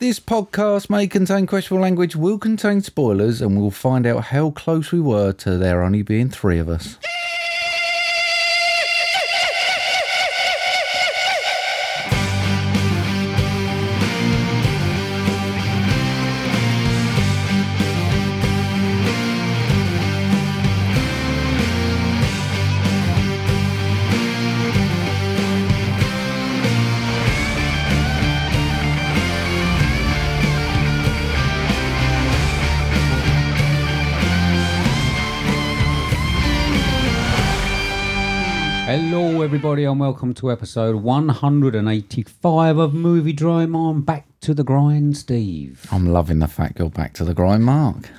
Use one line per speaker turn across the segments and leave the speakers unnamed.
This podcast may contain questionable language, will contain spoilers, and we'll find out how close we were to there only being three of us.
Hello, everybody, and welcome to episode 185 of Movie Drama. I'm back to the grind, Steve.
I'm loving the fact you're back to the grind, Mark.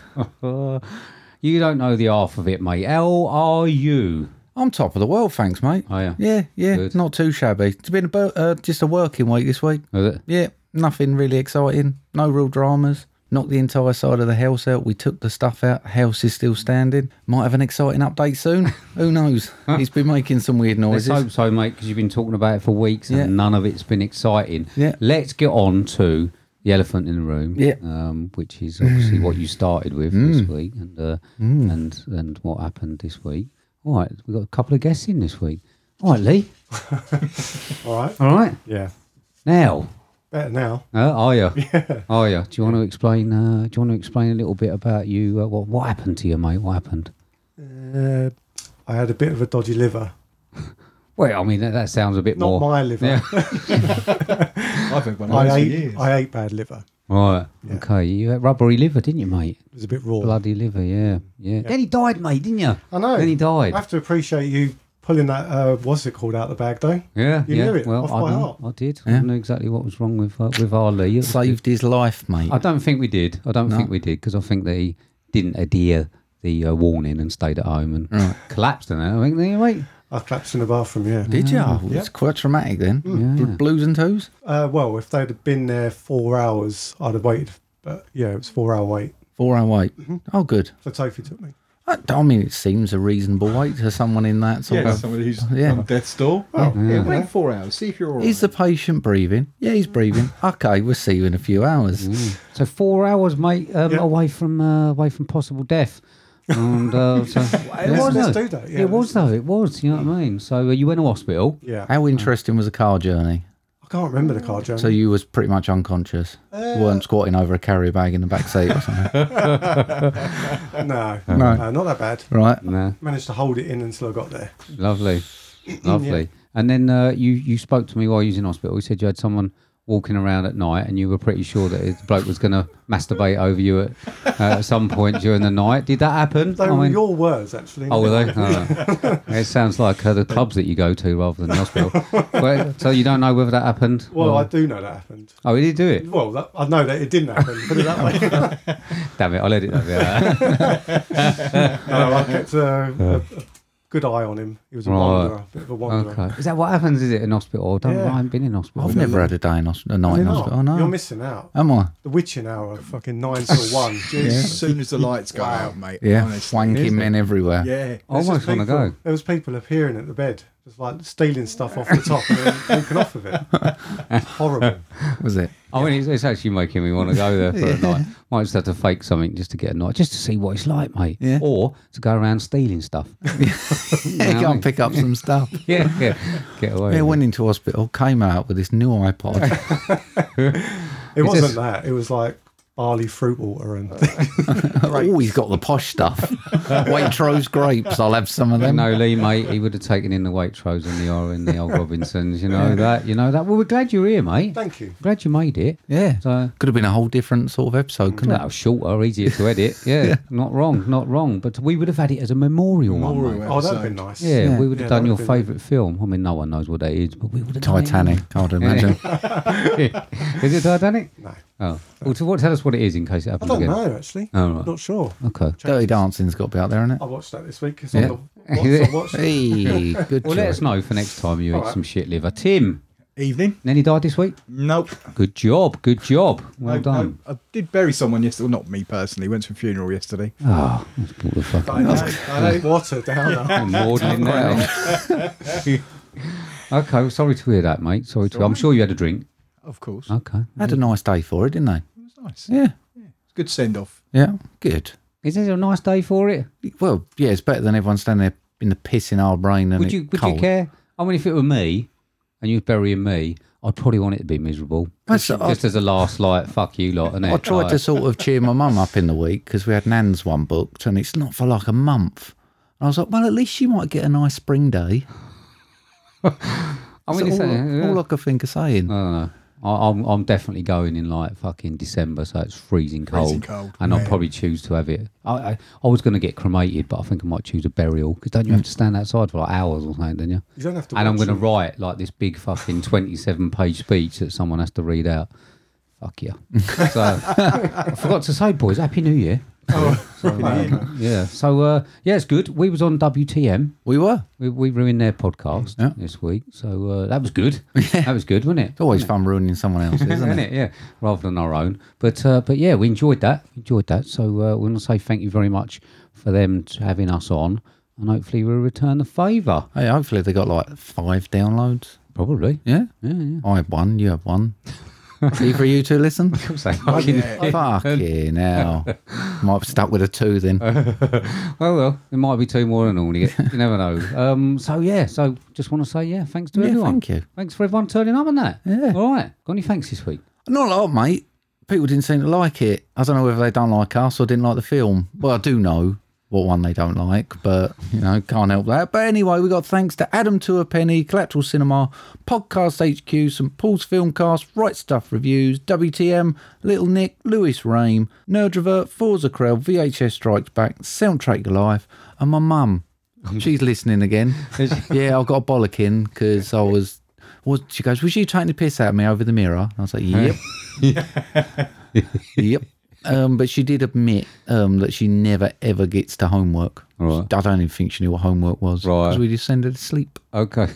you don't know the half of it, mate. L R U.
I'm top of the world, thanks, mate.
Oh, yeah.
Yeah, yeah,
Good.
not too shabby. It's been about uh, just a working week this week.
Is it?
Yeah, nothing really exciting. No real dramas. Knocked the entire side of the house out. We took the stuff out. House is still standing. Might have an exciting update soon. Who knows? He's been making some weird
Let's
noises.
hope so, mate, because you've been talking about it for weeks and
Yeah.
none of it's been exciting.
Yeah.
Let's get on to the elephant in the room,
Yeah. Mm.
um, which is obviously what you started with this week and, uh, and, and what happened this week. All right, we've got a couple of guests in this week. All right, Lee.
All right.
All right.
Yeah.
Now,
Better now.
Uh, are you? Yeah. Are you? Do you want to explain? Uh, do you want to explain a little bit about you? Uh, what what happened to you, mate? What happened?
Uh, I had a bit of a dodgy liver.
Well, I mean that, that sounds a bit
Not
more.
my liver.
Yeah.
I've had one of those
I
for
ate.
years.
I ate bad liver.
Right.
Yeah.
Okay. You had rubbery liver, didn't you, mate?
It was a bit raw.
Bloody liver. Yeah. Yeah. Then he died, mate, didn't you?
I know.
Then he died.
I have to appreciate you pulling that. Uh, what's it called out the bag though?
yeah.
You
yeah.
knew it
well,
off
I,
by
know-
heart.
I did.
Yeah.
I knew exactly what was wrong with uh, with our Lee. It was-
Saved his life, mate.
I don't think we did. I don't
No.
think we did because I think they didn't adhere the uh, warning and stayed at home and collapsed and that. I think they mate.
I collapsed in the bathroom. Yeah.
Did you? It's
Yeah.
quite traumatic then. Bl- Blues and toes?
Uh, well, if they'd have been there four hours, I'd have waited. But yeah, it was four hour wait.
Four hour wait. Oh, good.
So Sophie took me.
I, I mean, it seems a reasonable wait to someone in that sort
yeah,
of.
somebody who's
Yeah.
on death's door.
Oh,
yeah,
yeah.
wait four hours. See if you're all right.
Is the patient breathing? Yeah, he's breathing. okay, we'll see you in a few hours.
So four hours, mate, um,
Yeah.
away from uh, away from possible death. And uh, so it
Let's- let's
though.
do that, yeah,
it was
let's-
though. It was. You know what I mean. So uh, you went to hospital.
Yeah.
How interesting was the car journey?
I can't remember the car journey.
So you was pretty much unconscious. You weren't squatting over a carrier bag in the back seat or something,
no,
No.
no, not that bad.
right?
Nah,
Managed to hold it in until I got there.
lovely, lovely. And then uh, you you spoke to me while you was in hospital. You said you had someone walking around at night, and you were pretty sure that the bloke was going to masturbate over you at uh, at some point during the night. Did that happen?
They
I
were
mean-
your words actually.
Oh, were they? Oh. it sounds like uh, the clubs that you go to rather than the hospital. Well, so you don't know whether that happened.
Well,
or-
I do know that happened.
Oh, he did do it.
Well, that, I know that it didn't happen. Put it that way.
Damn it, I'll edit that bit out.
No, I kept a, a, a good eye on him. He was a
Right.
wanderer, a bit of a wanderer.
okay. Is that what happens, is it, in hospital? I don't know.
Yeah.
I haven't been in hospital.
I've never had a day in hospital, a night
You're
in
not.
Oh,
hospital. No,
You're missing out.
am I?
The witching hour, of fucking nine till one.
As
Jeez.
soon as the lights go out, mate.
Yeah,
honestly.
wanking men everywhere.
Yeah.
I almost
There's
want to
just
go.
people- There was people appearing at the bed, just like stealing stuff off the top and then walking off of it. It's horrible.
Was it?
I mean, it's, it's actually making me want to go there for a night. Might just have to fake something just to get a night, just to see what it's like, mate.
Yeah.
Or to go around stealing stuff.
Yeah, go and pick up some stuff.
yeah, yeah. Get away.
Yeah,
with
went into hospital, came out with this new iPod.
It
It's
wasn't
just-
that. It was like barley fruit water and
Always got the posh stuff. Waitrose grapes. I'll have some of
it.
them.
no, Lee, mate, he would have taken in the Waitrose and the R and the old Robinsons, you know that, you know that. Well, we're glad you're here, mate.
thank you.
Glad you made it.
Yeah.
So
Could have been a whole different sort of episode, couldn't
no, shorter, easier to edit. Yeah, not wrong, not wrong. But we would have had it as a memorial, one, mate.
Memorial
Oh, that'd
episode.
been nice.
Yeah,
Yeah.
we would have
Yeah,
done
that
your
would've been-
favourite film. I mean, no one knows what that is, but we would have
it?
done it.
Titanic, I'd imagine.
Yeah. is it Titanic?
No.
Oh, well, to what, tell us what it is in case it
I
happens
don't
again.
know actually.
Oh, right.
Not sure.
Okay.
Dirty Dancing's got to be out there,
Oh,
isn't
I watched that this week. It's
Yeah.
on the watch. I watched it.
it? Hey, good
Well, let us
choice.
know for next time you eat
Alright.
some shit liver. Tim,
Evening.
then he died this week.
Nope.
Good job. Good job. Well
No,
done.
no. I did bury someone yesterday. Well, not me personally. Went to a funeral yesterday.
Oh, that's what the fuck.
I know. I know.
Water downer.
I'm maudlin now. okay, well, sorry to hear that, mate. Sorry to. I'm sure you had a drink.
of course.
Okay.
Had a nice day for it, didn't they?
It was nice.
Yeah.
It's a good send off.
Yeah. Good.
Is this a nice day for it?
Well, yeah, it's better than everyone standing there in the piss in our rain and
Would
it
you Would
cold.
you care? I mean, if it were me, and you was burying me, I'd probably want it to be miserable.
That's-
just, just as a last like fuck you lot. And
I tried to sort of cheer my mum up in the week because we had Nan's one booked and it's not for like a month. And I was like, well, at least she might get a nice spring day.
I mean,
That's
it's,
all,
uh,
all I could think of saying.
I don't know. I, I'm I'm definitely going in like fucking December, so it's freezing cold,
Freezing cold,
and I'll
yeah.
probably choose to have it. I, I, I was going to get cremated, but I think I might choose a burial because don't you have to stand outside for like hours or something, don't you?
You don't have to.
And I'm
watch
going to
them.
write like this big fucking 27 page speech that someone has to read out. Fuck yeah! so I forgot to say, boys, happy New Year.
Oh,
Yeah. So uh, yeah, it's good. We was on WTM.
We were.
We, we ruined their podcast
Yeah.
this week, so uh, that was good. That was good, wasn't it?
It's always fun ruining someone else's, isn't
isn't
it?
it? Yeah, rather than our own. But uh, but yeah, we enjoyed that. Enjoyed that. So uh, we want to say thank you very much for them to having us on, and hopefully we'll return the favour.
Hey, hopefully they got like five downloads.
Probably.
Yeah?
Yeah, yeah.
I had one, you had one. Either of you two listen?
Yeah.
Fucking hell. Might have stuck with a two then.
Oh well, there might be two more than all. You you never know. Um, so yeah, so just want to say yeah, thanks to
Yeah,
everyone.
thank you.
Thanks for everyone turning up on that.
Yeah.
All right. Got any thanks this week?
Not a lot, mate. People didn't seem to like it. I don't know whether they don't like us or didn't like the film. Well, I do know what one they don't like, but you know, can't help that. But anyway, we got thanks to Adam to a Penny, Collateral Cinema, Podcast HQ, St Paul's Filmcast, Right Stuff Reviews, WTM, Little Nick, Lewis Rame, Nerdrovert, Forza Krell, VHS Strikes Back, Soundtrack to Life, and my mum. She's listening again. yeah, I got a bollocking because I was. Was she goes? Was you taking the piss out of me over the mirror? And I was like, yep yep. Um, but she did admit um, that she never ever gets to homework.
Right.
I don't even think she knew what homework was.
Right.
Because we just send her to sleep.
Okay.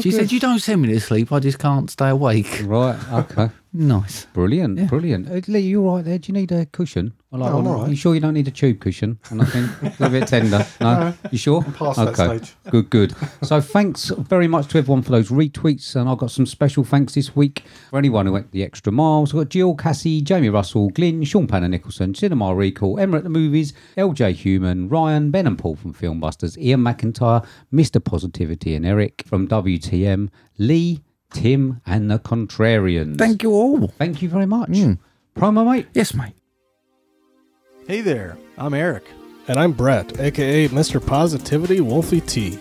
she said, "You don't send me to sleep. I just can't stay awake."
right. Okay.
Nice.
Brilliant, brilliant. Uh, Lee, you all right there? Do you need a cushion? I like,
No, I'm
one-
all right.
You sure you don't need a tube cushion or nothing? a little bit tender. No, you sure?
past that stage.
Good, good. So thanks very much to everyone for those retweets, and I've got some special thanks this week for anyone who went the extra mile. So I've got Jill Cassie, Jamie Russell, Glyn, Sean Panner Nicholson, Cinema Recall, Emma at the Movies, LJ Human, Ryan, Ben and Paul from Filmbusters, Ian McIntyre, Mr. Positivity, and Eric from WTM, Lee, Tim, and the Contrarians.
Thank you all.
Thank you very much. Promo mate.
Yes, mate.
Hey there, I'm Eric. And I'm Brett, aka Mr. Positivity Wolfie T.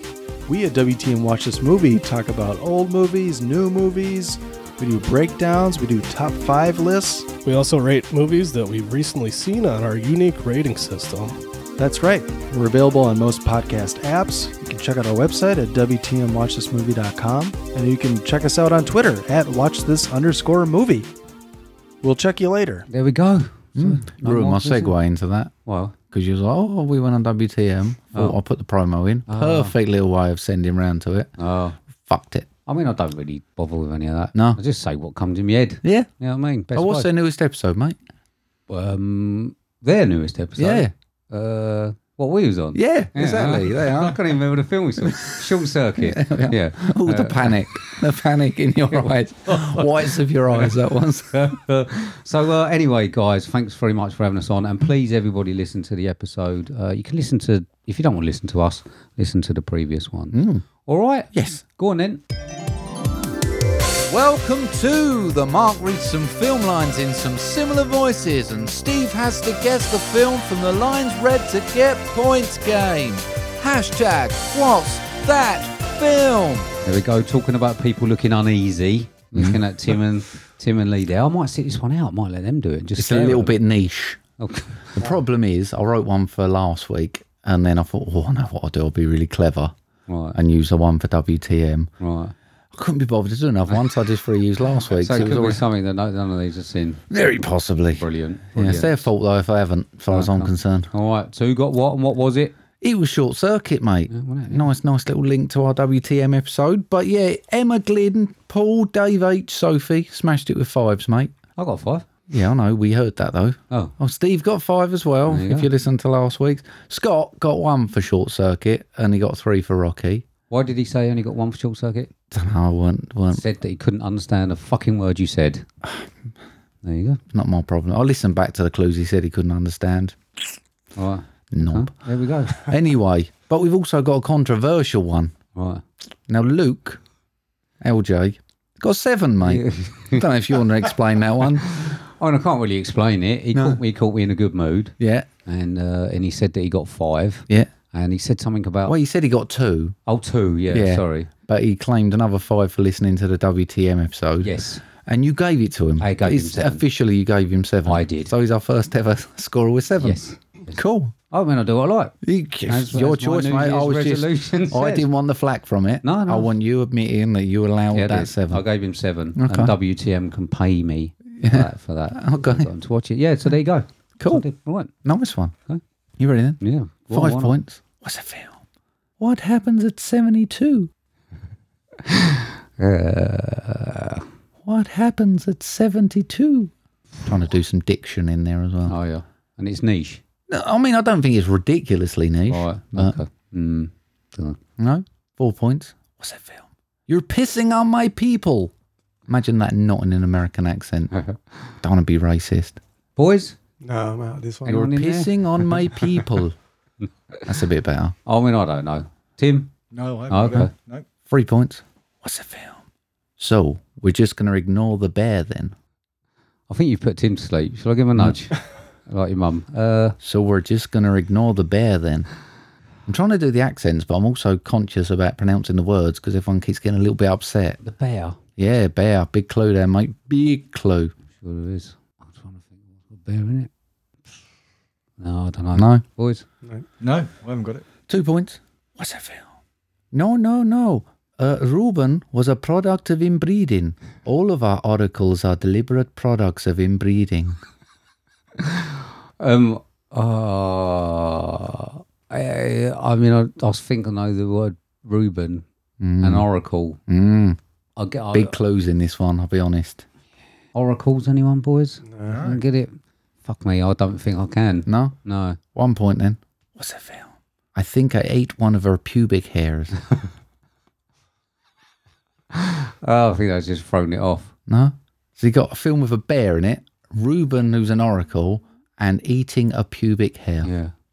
We at WTM Watch This Movie talk about old movies, new movies, we do breakdowns, we do top five lists.
We also rate movies that we've recently seen on our unique rating system.
That's right, we're available on most podcast apps. You can check out our website at WTMWatchThisMovie.com, and you can check us out on Twitter at Watch This underscore movie. We'll check you later.
There we go. No
Ruined
more
my
business?
segue into that
Hmm.
Oh.
Well,
because you was like, "Oh, we went on WTM." Thought I put the promo in. Perfect little way of sending round to it.
oh,
Fucked it.
I mean, I don't really bother with any of that.
No.
I just say what comes in my head.
Yeah.
You know what I mean? Best
Oh, what's
way.
their newest episode, mate?
um, their newest episode. Yeah. Uh, what we was on.
Yeah, exactly.
I-
They
I
are.
can't even remember the film we saw. Short Circuit. yeah.
Oh, the panic. The panic in your eyes. Whites of your eyes, that was.
so uh, anyway, guys, thanks very much for having us on, and please everybody listen to the episode. Uh, you can listen to if you don't want to listen to us, listen to the previous one. All right.
Yes.
Go on then.
Welcome to the Mark reads some film lines in some similar voices, and Steve has to guess the film from the lines read to get points game. Hashtag what's that film?
There we go. Talking about people looking uneasy, looking at Tim and Tim and Lee. There, I might sit this one out. might let them do it. Just
It's
stare
a
at
little
them.
bit niche.
Okay.
The problem is, I wrote one for last week, and then I thought, oh, I know what I'll do. I'll be really clever
Right.
and use the one for WTM.
Right.
I couldn't be bothered to do another one, so I just reused last week.
So it
it
could
was
be
always
something that no- none of these have seen.
very possibly.
Brilliant.
Yeah, it's
Brilliant. Oh,
their fault though if I haven't, as far as I'm concerned.
All right. So who got what and what was it?
It was short circuit, mate.
wasn't it?
Nice, nice little link to our WTM episode. But yeah, Emma Glynn, Paul, Dave H, Sophie smashed it with fives, mate.
I got five.
Yeah, I know. We heard that though.
Oh.
Oh, Steve got five as well.
There you
if
go.
you listened to last week's, Scott got one for short circuit, and he got three for Rocky.
Why did he say he only got one for short circuit?
Don't know. I weren't, weren't
Said that he couldn't understand a fucking word you said. There you
not my problem. I listened back to the clues. He said he couldn't understand.
go. All right. Huh?
Knob.
There we go.
anyway, but we've also got a controversial one.
Right.
Now, Luke, LJ, got seven, mate. Don't know if you want to explain that one.
Oh, and I can't really explain it. He, caught, me, he caught me in a good mood,
Yeah,
and uh, and he said that he got five,
yeah.
and he said something about
Well, you said he got two,
oh two, yeah,
Yeah.
sorry,
but he claimed another five for listening to the WTM episode.
yes,
And you gave it to him.
I gave
It's
him seven.
Officially, you gave him seven.
I did.
So he's our first ever scorer with seven.
yes.
Cool.
Oh man, I do what I like.
You-
That's-
your
that's my
choice,
New
mate. I
Year's
was
resolution
just. I
said.
didn't want the flack from it.
No, no.
I want you admitting that you allowed
Yeah, I
that
did.
seven.
I gave him seven,
Okay.
and WTM can pay me for that. For that.
Okay.
I got him to watch it. Yeah, so there you go.
Cool.
So I did. All right.
Nice one.
Okay.
You ready then?
Yeah.
Five
Well, why not?
points. What's a film? What happens at 72?
Uh,
What happens at 72? Trying to do some diction in there as well.
oh yeah, and it's niche.
No, I mean, I don't think it's ridiculously niche. Uh.
Right.
but-
Okay. Mm. Dunno.
No? Four points. What's that film? You're pissing on my people. Imagine that not in an American accent. Don't want to be racist.
Boys,
No, I'm out of this one.
Hang
You're
on in there.
pissing on my people. That's a bit better.
I mean, I don't know. Tim,
No, I
Oh,
haven't.
okay.
No.
Three points. What's a film? So, we're just going to ignore the bear then.
I think you've put Tim to sleep. Shall I give him a nudge? like your mum. Uh,
So we're just going to ignore the bear then. I'm trying to do the accents, but I'm also conscious about pronouncing the words because everyone keeps getting a little bit upset.
the bear.
Yeah, bear, big clue there, mate. Big clue.
Sure there is. I'm trying to think. What's got bear in it? No, I don't know.
No.
Boys,
no, I haven't got it.
Two points. What's that film? No, no, no. Uh, Reuben was a product of inbreeding. All of our oracles are deliberate products of inbreeding.
Um. Uh, I, I mean, I, I was thinking I know the word Reuben and Oracle.
Mm,
I get I,
big clues in this one, I'll be honest.
Oracles. Anyone, boys? No. I don't get it. Fuck me. I don't think I can.
No?
No.
One point then. What's that film? I think I ate one of her pubic hairs.
Oh, I think that's just thrown it off.
No. So you got a film with a bear in it, Reuben, who's an oracle, and eating a pubic hair.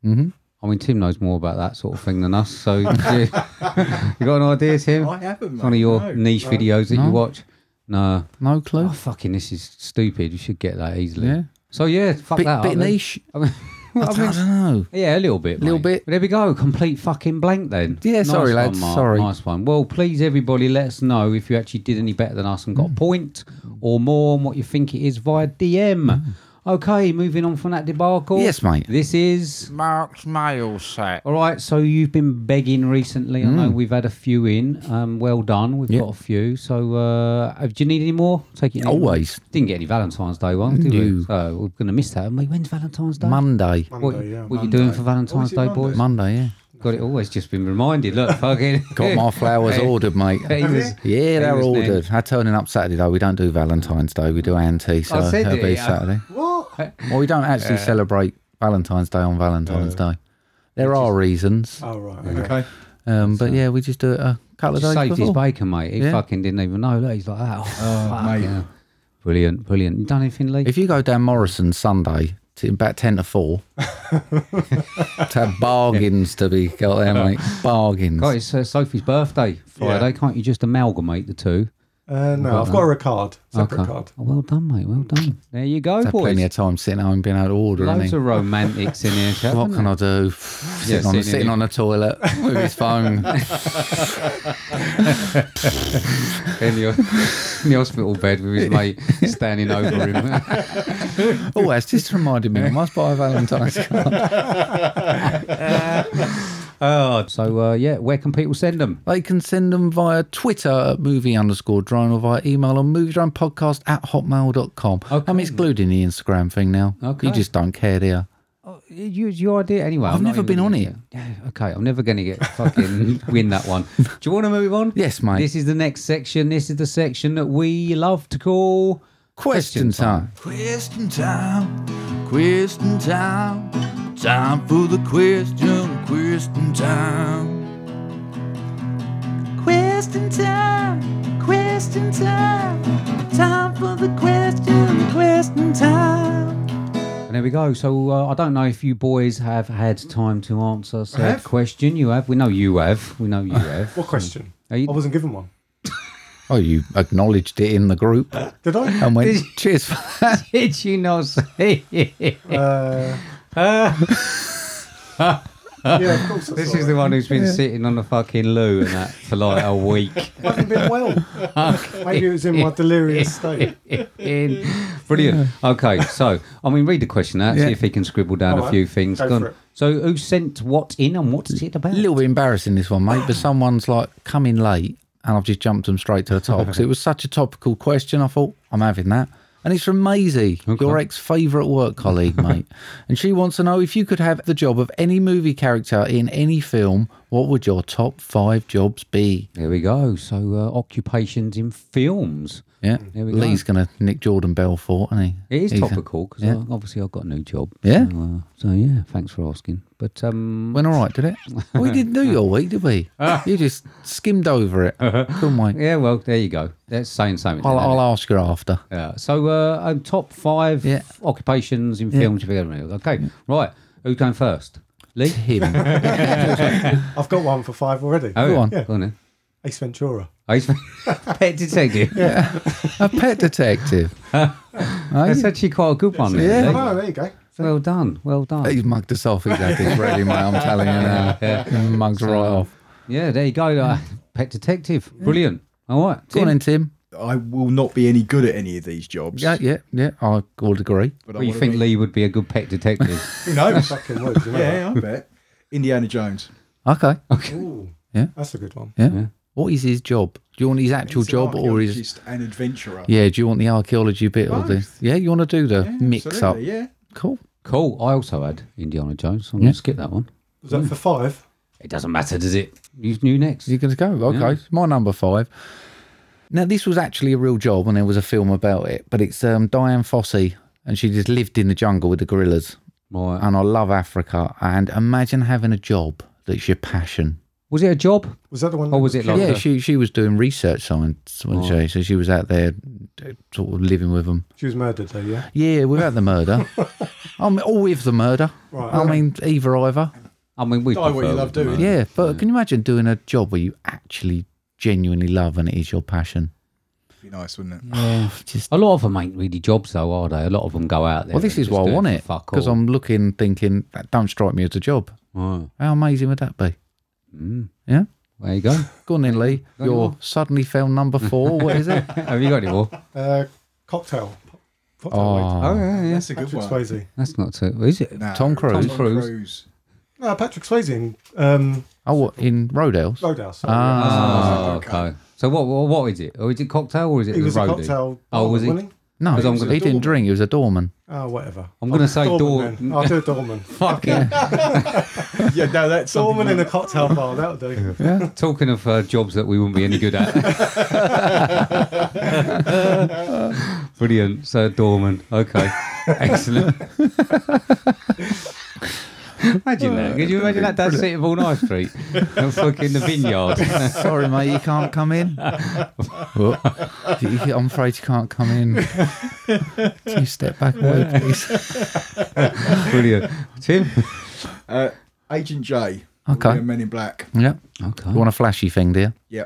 Yeah.
Mhm.
I mean, Tim knows more about that sort of thing than us. So, you, you got an idea, Tim?
I haven't.
It's
Mate.
one of your
No.
niche videos that you watch. No.
No clue.
Oh, fucking, this is stupid. You should get that easily.
Yeah.
So, yeah, fuck
Bit,
that
bit
up then.
niche.
I mean,
I,
I mean,
don't know.
yeah, a little bit.
Little
mate.
bit.
But there we go. Complete fucking blank then.
Yeah, sorry,
one,
lads,
Mark,
sorry.
Nice one. Well, please, everybody, let us know if you actually did any better than us and got a point or more on what you think it is via DM. Okay, moving on from that debacle.
Yes, mate.
This is
Mark's mail set.
all right. So you've been begging recently. I know we've had a few in. Um, well done. We've
Mm. Yeah.
got a few. So uh, uh, do you need any more? Take it.
Always.
Didn't get any Valentine's Day ones, did
No.
we? So we're going to miss that. haven't we? When's Valentine's Day?
Monday.
Monday,
What,
yeah.
what you doing for Valentine's
it
Day,
Monday?
boys?
Monday, yeah.
God, it always just been reminded. Look, fucking
Got my flowers
Hey.
ordered, mate.
Hey, he was-
Yeah, they're
was named-
ordered. I'm turning up Saturday, though. We don't do Valentine's Day. We do Auntie, so
I said
it'll be
it, Oh, yeah.
Saturday. Well, we don't actually celebrate Valentine's Day on Valentine's Day. There are reasons,
Oh, right. Okay.
Okay.
um, but yeah, we just do it a couple of
Just
days
saved his
before.
bacon, mate. He
Yeah.
fucking didn't even know. Look, he's like, oh, fuck,
mate.
yeah. Brilliant, brilliant. You done anything, Lee?
If you go down Morrison Sunday to about ten to four, to have bargains to be got there, mate. Bargains.
God, it's uh, Sophie's birthday Friday. Can't you just amalgamate the two?
Uh, no, I've got her a card, separate card.
Oh, well done, mate. Well done. There you go,
Had
boys.
plenty of time sitting at home being able to order. innit?
Loads of romantics in here. chap,
What can
isn't there?
I do? sitting on,
sitting in
sitting
it.
on a toilet with his phone.
in, the, in the hospital bed with his mate standing over him?
oh, that's just reminded me. I must buy a Valentine's card.
oh, so uh, yeah, where can people send them?
They can send them via Twitter at movie underscore drone or via email on movie drone podcast at hotmail.com.
Okay.
I'm excluding the Instagram thing now.
Okay.
You just don't care, do you?
You, your idea anyway.
I've
I'm not
never
even
been on
gonna- Yeah, Okay, I'm never going to get fucking win that one. Do you want to move on?
Yes, mate.
This is the next section. This is the section that we love to call.
Question time.
Question time, question time, time for the question, question time. Question time, question time, time for the question, question time.
And there we go. So uh, I don't know if you boys have had time to answer said
have.
question. You have. We know you have. We know you have.
What question?
Are you-
I wasn't given one.
Oh, you acknowledged it in the group
Did I?
and went, cheers for that.
Did you not say?
Uh, yeah, of course. I
This
saw
is
it.
the one who's been sitting on the fucking loo and that for like a week.
I haven't been well. Maybe it was in my delirious state.
In. Brilliant. Okay, so I mean, read the question out.
Yeah.
See if he can scribble down a
Alright,
few things.
go
Go on.
for it.
So, who sent what in and what's it about?
A little bit embarrassing, this one, mate, but someone's like come in late and I've just jumped them straight to the top 'cause it was such a topical question. I thought, I'm having that. And it's from Maisie, your ex favourite work colleague, mate. and she wants to know if you could have the job of any movie character in any film, what would your top five jobs be?
There we go. So, uh, occupations in films.
Yeah.
There we go.
Lee's going to nick Jordan Bell for, isn't he?
It is
He's-
topical because
yeah.
obviously I've got a new job.
Yeah.
So, uh, so yeah, thanks for asking. But um,
Went all right, did it? we didn't do your week, did we? you just skimmed over it, couldn't we?
Ah. yeah, well, there you go. That's saying something.
I'll,
isn't it?
I'll ask you after.
Yeah. So, uh, um, top five
Yeah.
occupations in films. If you don't know. Okay. Right. Who's going first? Lee.
Him.
I've got one for five already.
Oh,
Go
yeah.
on.
Go on. Then.
Ace Ventura.
Oh, he's pet detective.
a pet detective.
That's actually quite a good one.
Yeah.
really.
Oh, there you go.
Well done. Well done.
He's Oh, mugged us off. He's had this ready, mate. I'm telling you now. He Mugged right off.
Yeah. There you go. uh, pet detective. Brilliant. All right.
Go on
Tim.
in, Tim.
I will not be any good at any of these jobs.
Yeah, yeah, yeah. I would agree.
But I
Well, you
wanna
think
be-
Lee would be a good pet detective?
Who knows? Fucking words, you know that.
Yeah, I bet. Indiana Jones.
Okay.
Ooh,
Yeah.
That's a good one.
Yeah. What is his job? Do you want his actual
He's an
job or his?
archaeologist and adventurer.
Yeah. Do you want the archaeology bit or the?
Both.
Yeah. You want to do the
Yeah,
mix up?
absolutely, Yeah.
Cool.
cool. I also had Indiana Jones. I'm
Yeah.
going to skip that one.
Was
Mm.
that for five?
It doesn't matter, does it? You knew next.
You're going to go. Okay.
Yeah.
My number five. Now this was actually a real job, and there was a film about it. But it's um, Diane Fossey, and she just lived in the jungle with the gorillas.
Right.
And I love Africa. And imagine having a job that's your passion.
Was it a job?
Was that the one?
Or was it like
Yeah,
a-
she she was doing research science, wasn't she? So she was out there, uh, sort of living with them.
She was murdered, though, yeah?
Yeah, without the murder. I mean, or with the murder.
Right,
I
okay.
mean, either either.
I mean, we.
Die what you love doing.
Yeah, but can you imagine doing a job where you actually genuinely love and it is your passion?
Be nice, wouldn't it?
Just
A lot of them ain't really jobs, though, are they? A lot of them go out there.
well, this
and
is
just
why I
do
want
for
it
Fuck
because
all.
I'm looking, thinking that don't strike me as a job.
Right.
How amazing would that be?
Mm.
Yeah.
There you go.
Go on in, Lee.
any
You're
more?
suddenly found number four. What is it?
Have you got any more?
Uh, cocktail. Cocktail
Oh,
Oh, yeah, yeah.
That's a good
Patrick
one.
Swayze.
That's not so. Is it?
No,
Tom Cruise.
Tom
Tom
Cruise.
Cruise.
No, Patrick Swayze in um,
oh what, in Roadhouse?
Roadhouse. sorry, yeah.
Ah,
Oh, okay.
okay. So what, what? What is it? Or is it cocktail or is it
He
the
was a
roadie?
cocktail.
Oh, was he?
wasn't
No,
Because
he
I'm gonna-
didn't drink. He was a doorman.
Oh, whatever.
I'm gonna say
Dorman.
Dor-
then. I'll do a Dorman.
Fucking
yeah, no, that's something
Dorman in
like-
a cocktail bar, that'll do.
talking of uh, jobs that we wouldn't be any good at. Brilliant. So Dorman. Okay. Excellent. imagine that. Could you imagine that? That's sitting all night street. and fucking the vineyard.
Sorry, mate, you can't come in. Well, you- I'm afraid you can't come in. Can you step back away, please?
Brilliant. Tim.
Uh, Agent J.
Okay.
Yeah, Men in Black.
Yep.
Okay.
You want a flashy thing, dear?
Yeah.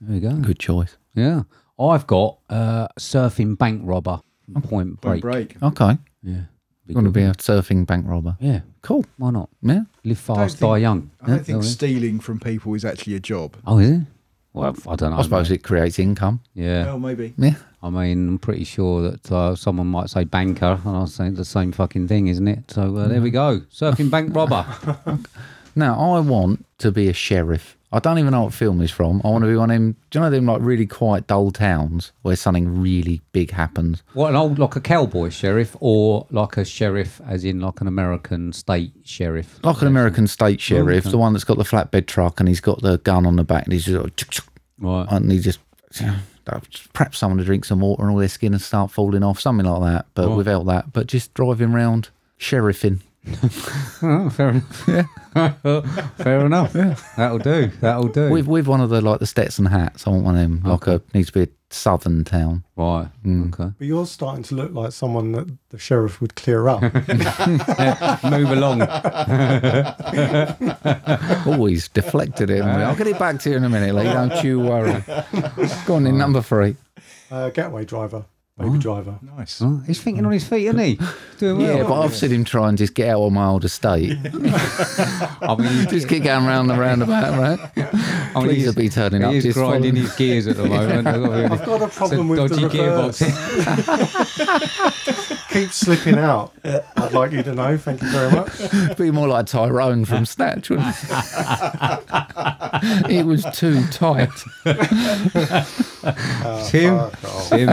There we go.
Good choice.
Yeah. I've got uh, surfing bank robber. Point
Point
break.
break.
Okay.
Yeah.
You want to be a surfing bank robber?
Yeah.
Cool.
Why not?
Yeah.
Live fast,
think-
die young.
I don't
Yeah,
think
there we-
stealing from people is actually a job.
Oh, is it? Well, I don't know.
I suppose it creates income.
Yeah.
Well, maybe.
Yeah.
I mean, I'm pretty sure that uh, someone might say banker, and I'll say the same fucking thing, isn't it? So uh, there we go. Surfing bank robber.
Now, I want to be a sheriff. I don't even know what film is from. I want to be one of them. Do you know them like really quiet, dull towns where something really big happens?
what, an old, like a cowboy sheriff, or like a sheriff as in like an American state sheriff?
like an American state sheriff, the one that's got the flatbed truck and he's got the gun on the back and he's just like, "Chuck, chuck,"
Right.
and he just perhaps someone to drink some water and all their skin and start falling off, something like that, but without that, but just driving round sheriffing.
Oh, fair enough. Yeah. fair enough. That'll do. That'll do.
With with one of the like the Stetson hats, I want one of them. Like a needs to be a southern town.
right. Okay.
But you're starting to look like someone that the sheriff would clear up.
Move along.
Always deflected it. haven't we? I'll get it back to you in a minute, Lee. Don't you worry. Go on in number three.
uh, getaway driver, baby driver.
Nice.
Oh, he's thinking on his feet, isn't he? He's Doing well.
Yeah, but I've seen him try and just get out of my old estate.
I mean, he's
just keep going round and round about, right?
I mean,
Please
he's,
be turning
he
up.
is
Just
grinding
follow-
his gears at the moment.
I've got a problem with the
dodgy
reverse.
gearbox.
Keep slipping out. I'd like you to know. Thank you very much.
be more like Tyrone from Snatch. Wouldn't it? it was too tight.
Tim, Tim,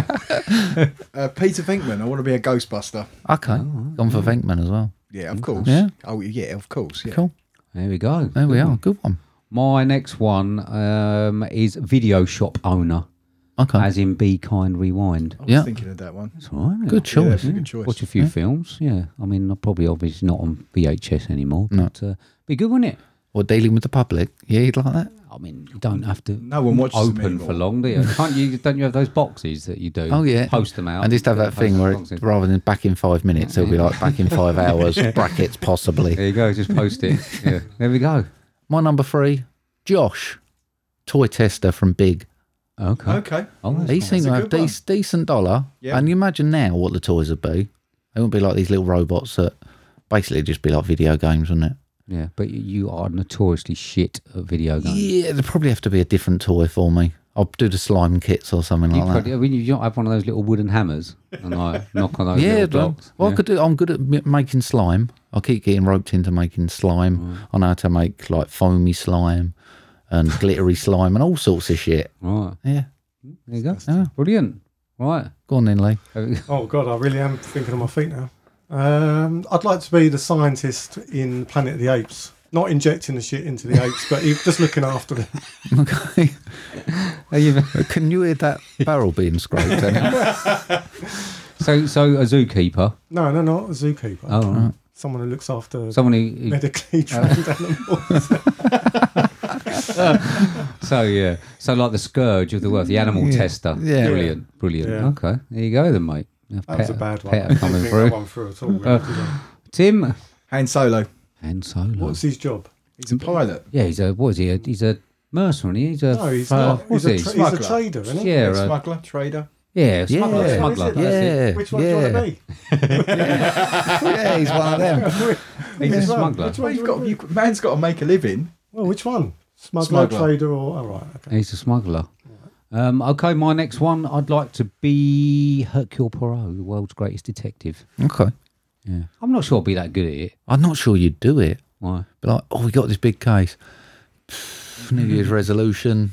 Uh, Peter Venkman, I want to be a Ghostbuster.
Okay, gone for Venkman as well.
Yeah,
Mm,
of course.
Yeah.
Oh, yeah, of course. Yeah.
Cool.
there we go.
There we are. Good one.
My next one um, is video shop owner,
Okay.
as in Be Kind Rewind.
I was
Yeah.
thinking of that one.
It's all right.
Oh. Good
Yeah,
choice.
it's a good choice.
Watch a few films. Yeah, I mean, probably obviously not on VHS anymore,
No.
but uh, be good, wouldn't it?
Or dealing with the public. Yeah, you'd like that.
I mean, you don't have to.
No one watches them
open for
anymore.
long, do you? Can't you? Don't you have those boxes that you do?
Oh yeah,
post them out
and just have
Post
that thing where
boxes.
it, rather than back in five minutes, it'll be like back in five hours brackets possibly.
There you go. Just post it. Yeah, there we go.
My number three, Josh, toy tester from Big.
Okay.
Okay.
Oh, that's
He
nice.
seemed to
a
have
good one.
dec- decent dollar,
Yeah.
and you imagine now what the toys would be. They wouldn't be like these little robots that basically just be like video games, wouldn't it?
Yeah, but you- you are notoriously shit at video games.
Yeah, there'd probably have to be a different toy for me. I'll do the slime kits or something
You
like that.
probably, I mean, you don't have one of those little wooden hammers and like knock on those
Yeah,
little
I'd love-
blocks.
well, I
Yeah.
could do. I'm good at m- making slime. I keep getting roped into making slime. I know how to make like foamy slime and glittery slime and all sorts of shit.
Right.
Yeah,
There you go.
Yeah.
Brilliant. Right.
go on then, Lee.
Oh God, I really am thinking on my feet now. Um, I'd like to be the scientist in Planet of the Apes. Not injecting the shit into the apes, but e- just looking after them.
Okay. Can you hear that barrel being scraped? Anyway?
So, so a zookeeper.
No, no, not a zookeeper.
Oh, right.
Someone who looks after
someone who. who-
medically trained animals.
So yeah. So like the scourge of the world, the animal tester.
Yeah.
Brilliant. Brilliant.
Yeah.
Okay. There you go then, mate. That
That was a bad one. I
Petter
didn't
coming
think
through.
that one through at all. really,
Uh,
did I?
Tim.
Han Solo.
And Solo.
What's his job?
He's a pilot.
yeah, he's a. What is he? A, he's a mercenary. He's a.
No, he's
uh,
not.
what's
He's
he?
a, tra- he's a
Smuggler.
trader, isn't he?
Yeah. right.
Smuggler, trader.
yeah. Smuggler.
Yeah.
Smuggler.
Yeah.
That's it.
Yeah,
Which one do you
yeah,
want to be?
yeah. He's one of them.
He's a
Which one?
smuggler.
Which
Well,
one do
you've
you
got,
want to
you,
be?
man's got to make a living.
Well, which one? Smuggler,
Smuggler.
trader, or all right? Okay.
He's a smuggler. Um, okay, my next one. I'd like to be Hercule Poirot, the world's greatest detective.
Okay.
Yeah, I'm not sure I'll be that good at it.
I'm not sure you'd do it.
Why?
But like, oh, we got this big case. Pff, New Year's resolution.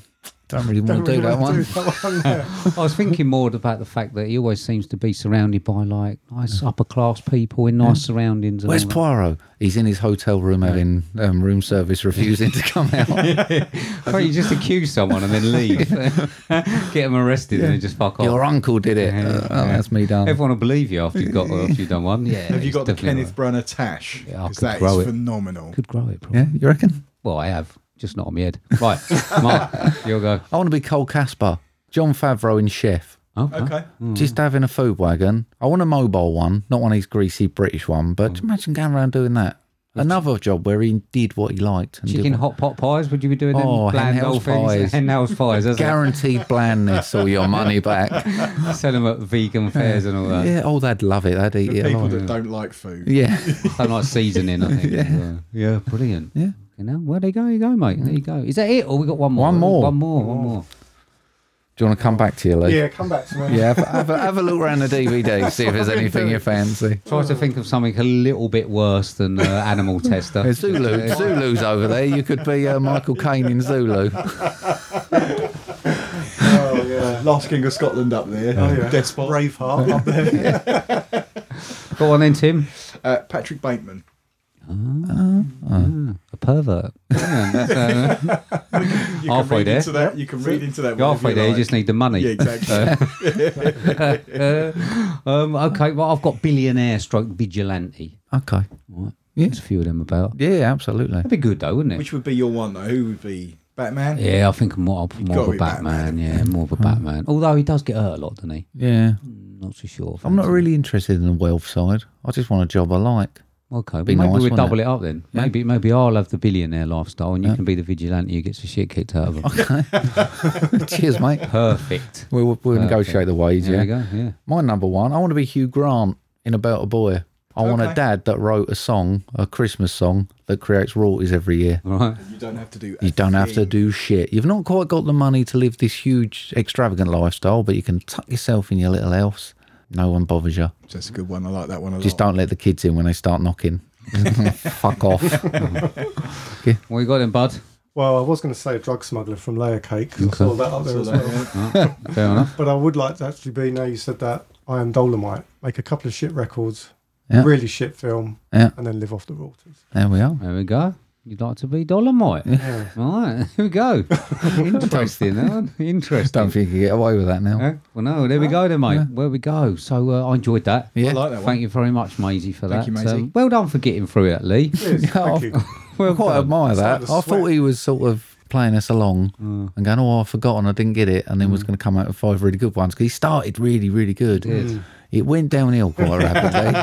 Don't really want to do
really
that one.
wanna do that one, yeah.
I was thinking more about the fact that he always seems to be surrounded by like nice upper class people in nice surroundings. and
Where's
all
Poirot? He's in his hotel room having um, room service refusing to come out.
that. Well, you just accuse someone and then leave, get them arrested, and then just fuck off.
Your uncle did it.
Yeah,
Uh, oh,
yeah.
That's me, darling.
Everyone will believe you after you've got after you've done one. Yeah,
Have you
it's
got the
definitely
Kenneth
right.
Branagh Tash?
Yeah, I
'Cause
could
that
grow
is
it.
phenomenal.
Could grow it. Probably.
Yeah, you reckon?
Well, I have, just not on my head. Right, Mark, you'll go.
I want to be Cole Casper, John Favreau in Chef.
Okay.
Okay.
Just having a food wagon. I want a mobile one, not one of these greasy British one. But imagine going around doing that. Another job where he did what he liked. And did
Chicken
what-
hot pot pies? Would you be doing them?
Oh,
Bland
henhouse
old things?
pies.
Henhouse pies. That's it.
Guaranteed blandness or your money back.
Sell them at vegan fairs and all that.
Yeah, oh, they'd love it. They'd eat
The
it.
people
alive.
that don't like food.
Yeah.
Don't like seasoning, I think. yeah. yeah, brilliant.
Yeah.
You know, where they go, you go, mate. There you go. Is that it? Or we got one more?
One more.
One more. One more.
Do you want to come back to you, Lee?
yeah, come back to me.
Yeah, have, have, a, have a look around the DVD, see if there's anything you fancy.
Try to think of something a little bit worse than uh, animal tester.
Zulu, Zulu's over there. You could be uh, Michael Caine in Zulu.
Oh, yeah.
Uh, Last King of Scotland up there.
Oh, yeah.
Despot.
Braveheart up there.
Go on then, Tim.
Uh, Patrick Bateman.
Ah, a pervert. Brilliant. That's, uh,
You
Halfway
can read
there.
Into that. You can read into that.
you're
whatever
halfway
you
there. You
like.
just need the money.
Yeah, exactly.
um, okay, well, I've got billionaire stroke vigilante.
Okay.
Right.
Yeah.
There's a few of them about.
Yeah, absolutely.
That'd be good though, wouldn't it?
Which would be your one though? Who would be Batman?
yeah, I think more, I'll put
You've
more of
gotta
a
be
Batman. Yeah, more
Hmm.
of a Batman. Although he does get hurt a lot, doesn't he?
Yeah.
Not so sure.
I'm not
fancy.
really interested in the wealth side. I just want a job I like.
Okay,
Be
well, maybe
nice,
we'll
wouldn't
double
it?
it? up then.
Yeah.
Maybe maybe I'll have the billionaire lifestyle and you
Yeah.
can be the vigilante who gets the shit kicked out of him.
Okay. Cheers, mate.
Perfect.
We'll, we'll
Perfect.
negotiate the wage.
There
Yeah.
we go. Yeah.
My number one, I want to be Hugh Grant in About a Boy. I want a
Okay.
dad that wrote a song, a Christmas song, that creates royalties every year.
All right.
You don't have to do.
You
a
don't have to
thing.
do shit. You've not quite got the money to live this huge, extravagant lifestyle, but you can tuck yourself in your little house. No one bothers you.
That's a good one. I like that one a
Just
lot.
don't let the kids in when they start knocking. Fuck off.
What you got then, bud?
Well, I was going to say a drug smuggler from Layer Cake. 'cause
Okay.
I saw that up there as well.
Fair enough.
But I would like to actually be, now you said that, I am Dolomite. Make a couple of shit records,
Yeah.
really shit film,
Yeah.
and then live off the royalties.
There we are.
There we go. You'd like to be Dolomite.
Yeah.
All right. Here we go. Interesting. that one. Interesting.
Don't think you get away with that now.
Eh? Well, no, there we go then, mate. Where we go. So uh, I enjoyed that.
Yeah.
I like that
Thank
one.
you very much, Maisie, for
Thank
that.
you, Maisie.
Um, well done for getting through it, Lee.
Cheers.
Oh,
Thank you.
I quite admire that.
Starting to
I thought
sweat.
he was sort of playing us along and going, "Oh, I've forgotten, I didn't get it," and then was going to come out with five really good ones because he started really, really good.
did.
It went downhill quite rapidly.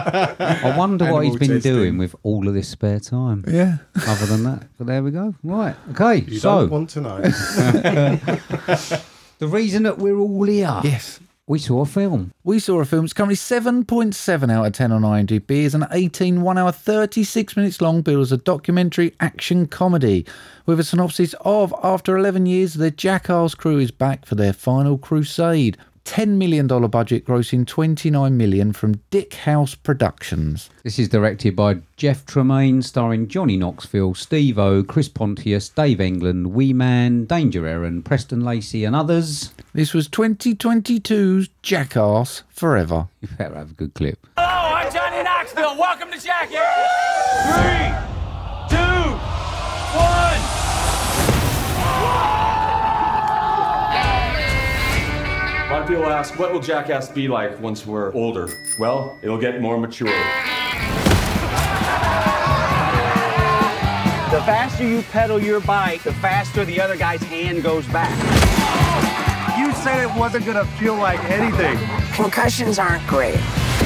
I wonder what he's
Animal
been
testing.
doing with all of this spare time.
yeah.
Other than that, but there we go. Right. Okay.
You
so
don't want to know.
the reason that we're all here,
Yes.
we saw a film.
We saw a film. It's currently 7.7 out of 10 on IMDb. It's an 18, 1 hour, 36 minutes long build as a documentary action comedy with a synopsis of After 11 years, the Jackass crew is back for their final crusade. $10 million budget, grossing $29 million from Dick House Productions.
This is directed by Jeff Tremaine, starring Johnny Knoxville, Steve O, Chris Pontius, Dave England, Wee Man, Danger Aaron, Preston Lacey, and others.
This was 2022's Jackass Forever.
You better have a good clip.
Hello, Oh, I'm Johnny Knoxville. Welcome to Jackass. Three, two, one.
A lot of people ask, what will Jackass be like once we're older? Well, it'll get more mature.
The faster you pedal your bike, the faster the other guy's hand goes back. You said it wasn't gonna feel like anything.
Concussions aren't great,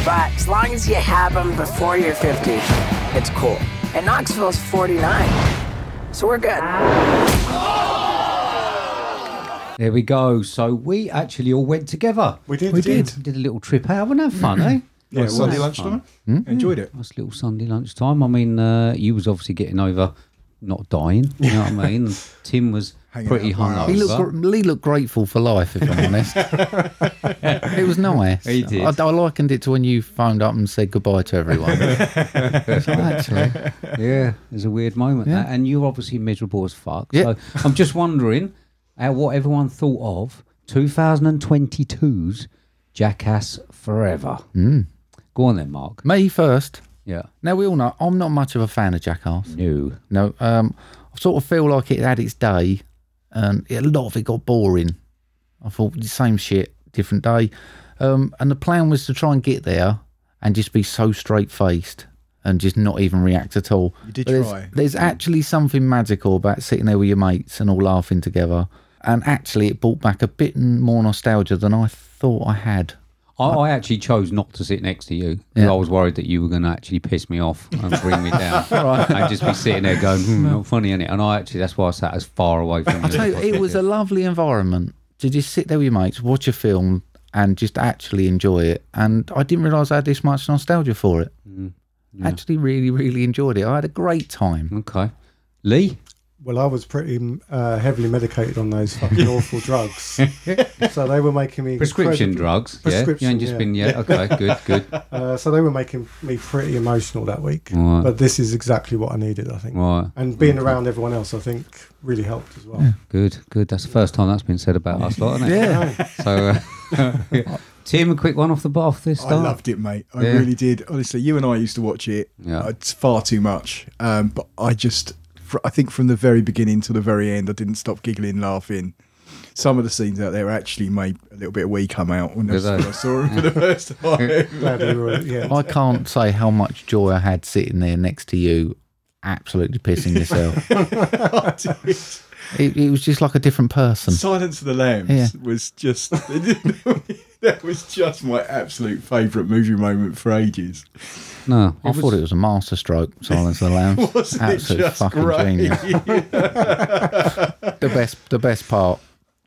but as long as you have them before you're 50, it's cool. And Knoxville's 49, so we're good.
There we go. So we actually all went together.
We did.
We did. Did a little trip out. Wasn't that fun, eh?
Yeah, Sunday lunchtime. Enjoyed it.
Nice little Sunday lunchtime. I mean, uh, you was obviously getting over not dying. You know what I mean? Tim was
Hanging
pretty
out with
hungover.
He looked, gr- he looked grateful for life, if I'm honest. it was nice.
He did.
I, I likened it to when you phoned up and said goodbye to everyone. So actually,
Yeah, it was a weird moment.
Yeah.
That. And you're obviously miserable as fuck.
Yeah.
So I'm just wondering how, what everyone thought of 2022's Jackass Forever.
Mm.
Go on then, Mark.
May 1st.
Yeah.
Now, we all know I'm not much of a fan of Jackass.
New.
No, um, I sort of feel like it had its day and it- a lot of it got boring. I thought, the same shit, different day. Um, and the plan was to try and get there and just be so straight faced and just not even react at all.
You did
But there's-
try.
There's actually something magical about sitting there with your mates and all laughing together. And actually, it brought back a bit more nostalgia than I thought I had.
I, I actually chose not to sit next to you 'cause
Yeah.
I was worried that you were going to actually piss me off and bring me down. I'd just be sitting there going, hmm, not funny, innit? And I actually, that's why I sat as far away from you.
So
as I
it was a
could.
lovely environment to just sit there with your mates, watch a film, and just actually enjoy it. And I didn't realise I had this much nostalgia for it.
Mm-hmm.
Actually, really, really enjoyed it. I had a great time.
Okay. Lee?
Well, I was pretty uh, heavily medicated on those fucking awful drugs. So they were making me
Prescription
incredible-
drugs. yeah. You
Prescription,
ain't just
yeah.
been, yeah, okay, good, good.
Uh, so they were making me pretty emotional that week.
Right.
But this is exactly what I needed, I think.
Right.
And being around everyone else, I think, really helped as well.
Good, good. That's the first time that's been said about us, lot, isn't it? Yeah. So, uh, Tim, a quick one off the bat off this
I
start.
loved it, mate. I
Yeah.
really did. Honestly, you and I used to watch it. uh,
Yeah.
It's far too much. Um, but I just, fr- I think from the very beginning to the very end, I didn't stop giggling, laughing. some of the scenes out there were actually made a little bit of we come out when I
Did
saw,
they?
I saw him for the first time.
I can't say how much joy I had sitting there next to you, absolutely pissing yourself. it, it was just like a different person.
Silence of the Lambs
Yeah.
was just that was just my absolute favourite movie moment for ages.
No, I
it was-
thought it was a masterstroke. Silence of the Lambs,
Wasn't it
absolute
just
fucking
great?
genius. the best, the best part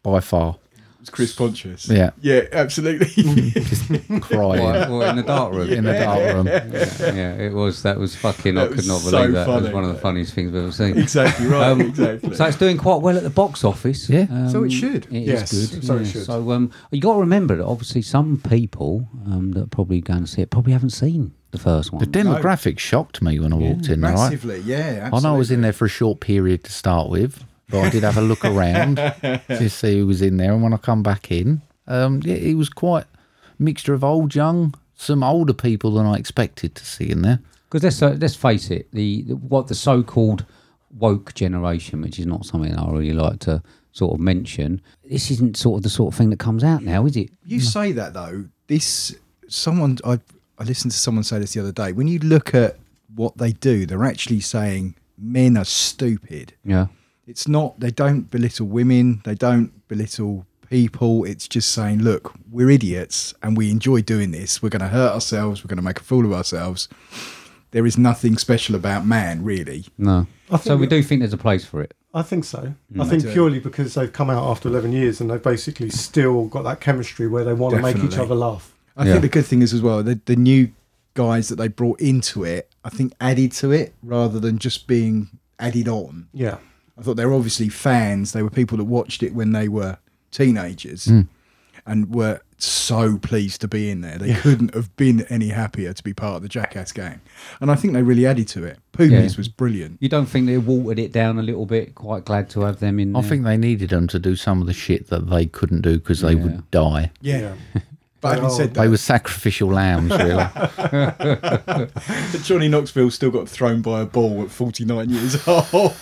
by far.
It's Chris Pontius.
Yeah.
yeah, absolutely.
Just crying.
Well, well, in the dark room.
In the dark room.
Yeah, yeah, it was. That was fucking. I
That
could
was
not believe that.
so
It was
funny.
one of the funniest things I've ever seen.
Exactly right, exactly.
Um, So it's doing quite well at the box office. Um,
Yeah.
So it should.
It is
Yes,
good.
so it
yeah.
should.
So um, you got to remember that obviously some people um, that probably go and see it probably haven't seen the first one.
The demographic shocked me when I walked in there. right?
Massively, yeah,
I know I was in there for a short period to start with, but I did have a look around to see who was in there. And when I come back in, um, yeah, it was quite a mixture of old, young, some older people than I expected to see in there.
Because let's uh, let's face it, the, the what the so-called woke generation, which is not something I really like to sort of mention. This isn't sort of the sort of thing that comes out now, is it?
You say that though. This someone I I listened to someone say this the other day. When you look at what they do, they're actually saying men are stupid.
Yeah.
It's not they don't belittle women, they don't belittle people. It's just saying, look, we're idiots and we enjoy doing this. We're going to hurt ourselves, we're going to make a fool of ourselves. There is nothing special about man, really.
No.
I think
So we
we-
do think there's a place for it.
I think so.
Mm.
I think
I do.
purely because they've come out after 11 years and they've basically still got that chemistry where they want to make each
Definitely.
other laugh.
I think the good thing is as well the, the new guys that they brought into it. I think added to it rather than just being added on.
Yeah.
I thought they were obviously fans. They were people that watched it when they were teenagers
Mm.
and were so pleased to be in there. They couldn't have been any happier to be part of the Jackass gang. And I think they really added to it. Pumies
Yeah.
was brilliant.
You don't think they watered it down a little bit? Quite glad to have them in.
I
there.
think they needed them to do some of the shit that they couldn't do because they
Yeah.
would die.
Yeah. But having
Oh.
said
They
that,
were sacrificial lambs, really.
Johnny Knoxville still got thrown by a ball at 49 years old.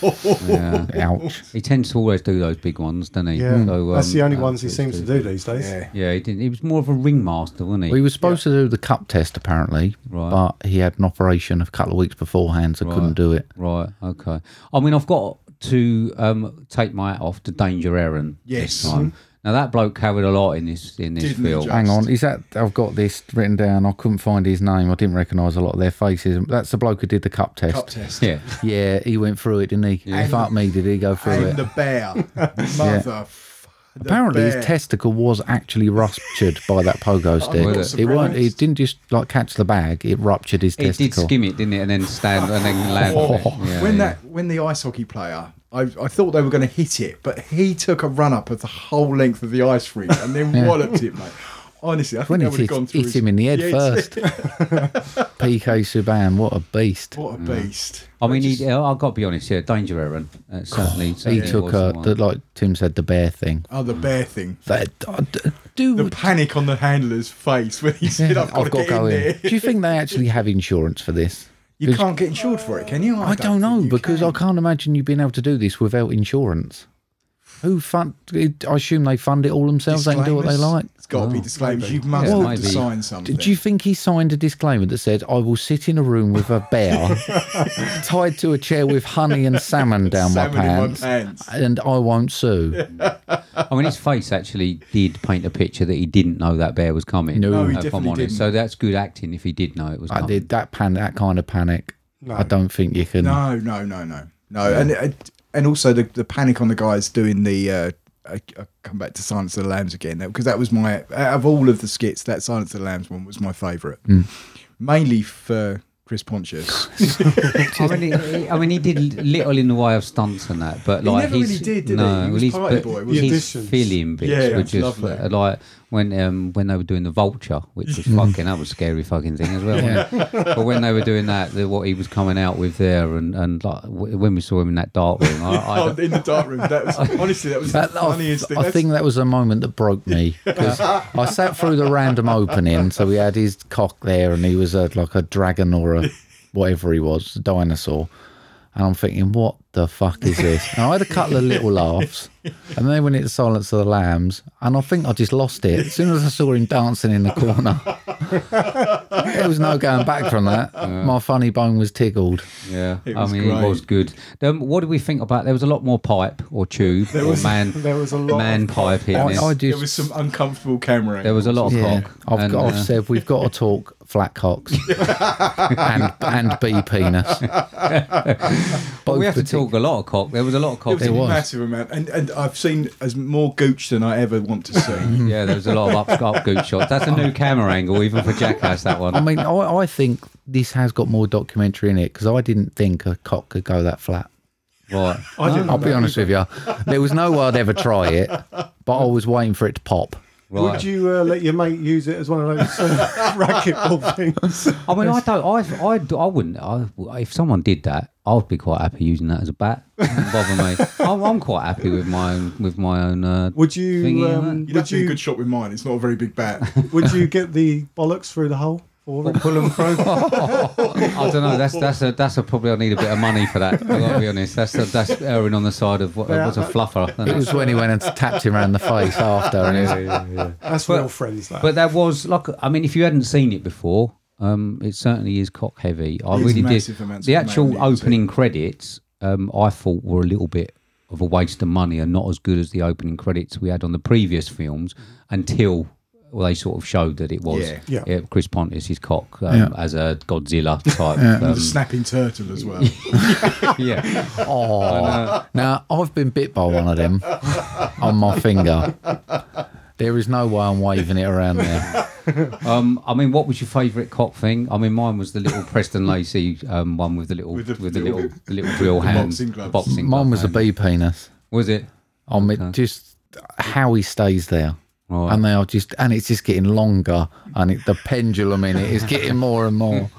Yeah.
Ouch.
He tends to always do those big ones, doesn't he?
Yeah.
So,
That's
um,
the only
uh,
ones he
it's
seems to
good.
do these days.
Yeah.
Yeah, he didn't. He was more of a ringmaster, wasn't he?
Well, he was supposed to do the cup test, apparently,
Right.
but he had an operation a couple of weeks beforehand, so couldn't do it.
Right. Okay. I mean, I've got to um, take my hat off to Danger Aaron.
Yes.
This
Hmm.
time. Now that bloke carried a lot in this in this
Didn't he,
film.
Jack?
Hang on, is that I've got this written down? I couldn't find his name. I didn't recognise a lot of their faces. That's the bloke who did the cup test.
Cup test.
Yeah.
Yeah, he went through it, didn't he? Fuck me, did he go through it?
And the bear. Mother.
Apparently, his testicle was actually ruptured by that
Oh,
pogo
not
stick. It weren't. It
surprised.
didn't just like catch the bag. It ruptured his
He did
testicle.
skim it, didn't it? And then stand and then land. on
Oh,
it. Yeah, yeah.
when that when the ice hockey player, I, I thought they were going to hit it, but he took a run up of the whole length of the ice rink and then walloped it, mate. Honestly, I think
when
that
it
would have
hit,
gone through.
hit him in the head
Yeah,
first. PK Subban, what a beast!
What a beast!
I mean, he, uh, I've got to be honest. Yeah, Danger Aaron. Uh, certainly,
he
certainly
took
was
uh,
the one.
the, like Tim said, the bear thing.
Oh, the bear thing.
That, uh, d- do
The panic on the handler's face when he said, "I've got to get in there."
Do you think they actually have insurance for this?
You can't get insured for it, can you?
I don't
think
know
you
because
can.
I can't imagine you being able to do this without insurance. Who fund? it- I assume they fund it all themselves. They can do what they
Disclaimers.
like.
It's got to be
Oh.
disclaimers. You
Yeah,
must
Well,
have to
maybe.
sign
D-
something.
Do you think he signed a disclaimer that said, "I will sit in a room with a bear, tied to a chair with honey and salmon down
Salmon
my,
in my
pants,
pants."
and I won't sue"?
I mean, his face actually did paint a picture that he didn't know that bear was coming.
No. No,
he
if I'm
definitely
honest.
didn't.
So that's good acting if he did know it was
I
coming.
did that pan that kind of panic. I don't think you can.
No, no, no, no, no, and and- and also the the panic on the guys doing the. Uh, I, I come back to Silence of the Lambs again because that was my out of all of the skits that Silence of the Lambs one was my favourite,
Mm.
mainly for Chris Pontius.
I mean, he, I mean, he did little in the way of stunts and that, but like
never
his-
really did, did he?
no,
He was
well, his-
party
but
boy, wasn't he?
his
Auditions.
filling bits,
Yeah,
which is
it was lovely.
uh, like when um, when they were doing the vulture, which was fucking that was a scary fucking thing as well. wasn't it? but when they were doing that, the, what he was coming out with there, and and like w- when we saw him in that dark room, I, I,
Oh, in the dark room, that was honestly that was
That,
the
I-
funniest thing.
I
That's-
think that was a moment that broke me because I sat through the random opening. So we had his cock there, and he was a, like a dragon or a whatever he was, a dinosaur. And I'm thinking, what the fuck is this? And I had a couple of little laughs. And then when it's Silence of the Lambs, and I think I just lost it. As soon as I saw him dancing in the corner, there was no going back from that. My funny bone was tickled.
Yeah,
It
I
was
mean,
great.
it was good. Um, what did we think about? There was a lot more pipe or tube
There
or
was-
man.
there was a lot of
man pipe here.
I- I
There
just-
was some uncomfortable camera.
There was a lot of
Yeah.
cock.
I've,
and,
got, I've
uh,
said we've got to talk flat cocks and, and bee penis.
But we have to
partic-
talk a lot of cock. There was a lot of
There
cock.
was a massive amount, and, and I've seen as more gooch than I ever want to
Mm-hmm.
see.
Yeah, there was a lot of up, up good shots. That's a new camera angle, even for Jackass. That one.
I mean, I, I think this has got more documentary in it because I didn't think a cock could go that flat.
Right.
I
didn't
will be
know
honest with you. There was no way I'd ever try it, but I was waiting for it to pop.
Would you uh, let your mate use it as one of those uh, racquetball things?
I mean, I don't. I, I, I wouldn't. I, if someone did that, I'd be quite happy using that as a bat. Wouldn't bother me. I'm, I'm quite happy with my own. With my own. Uh,
Would you,
thingy and
um,
that.
You'd have to be a good shot with mine. It's not a very big bat.
Would you get the bollocks through the hole? Or
pull them through? I don't know. That's that's a that's a probably I need a bit of money for that. I gotta be honest. That's a, that's erring on the side of what, what's a fluffer. isn't
It was when he went and tapped him around the face after. And it was,
That's real friends, that.
But that was like I mean, if you hadn't seen it before, um, it certainly is cock heavy. I
It's
really
massive
did.
amounts
The
of
actual
mayonnaise,
opening credits, um, I thought were a little bit of a waste of money and not as good as the opening credits we had on the previous films until. Well, they sort of showed that it was
Yeah. Yeah.
Chris Pontius' cock um,
Yeah.
as a Godzilla type.
And
um,
the snapping turtle as well.
yeah.
Oh, now I've been bit by one of them on my finger. There is no way I'm waving it around there.
Um, I mean, what was your favourite cock thing? I mean, mine was the little Preston Lacey um, one with the little with the, little the little drill
the
hand,
boxing gloves.
boxing
Mine
glove
was a
hand.
bee penis.
Was it?
I mean, just how he stays there.
Right.
And they are just, and it's just getting longer, and it, the pendulum in it is getting more and more.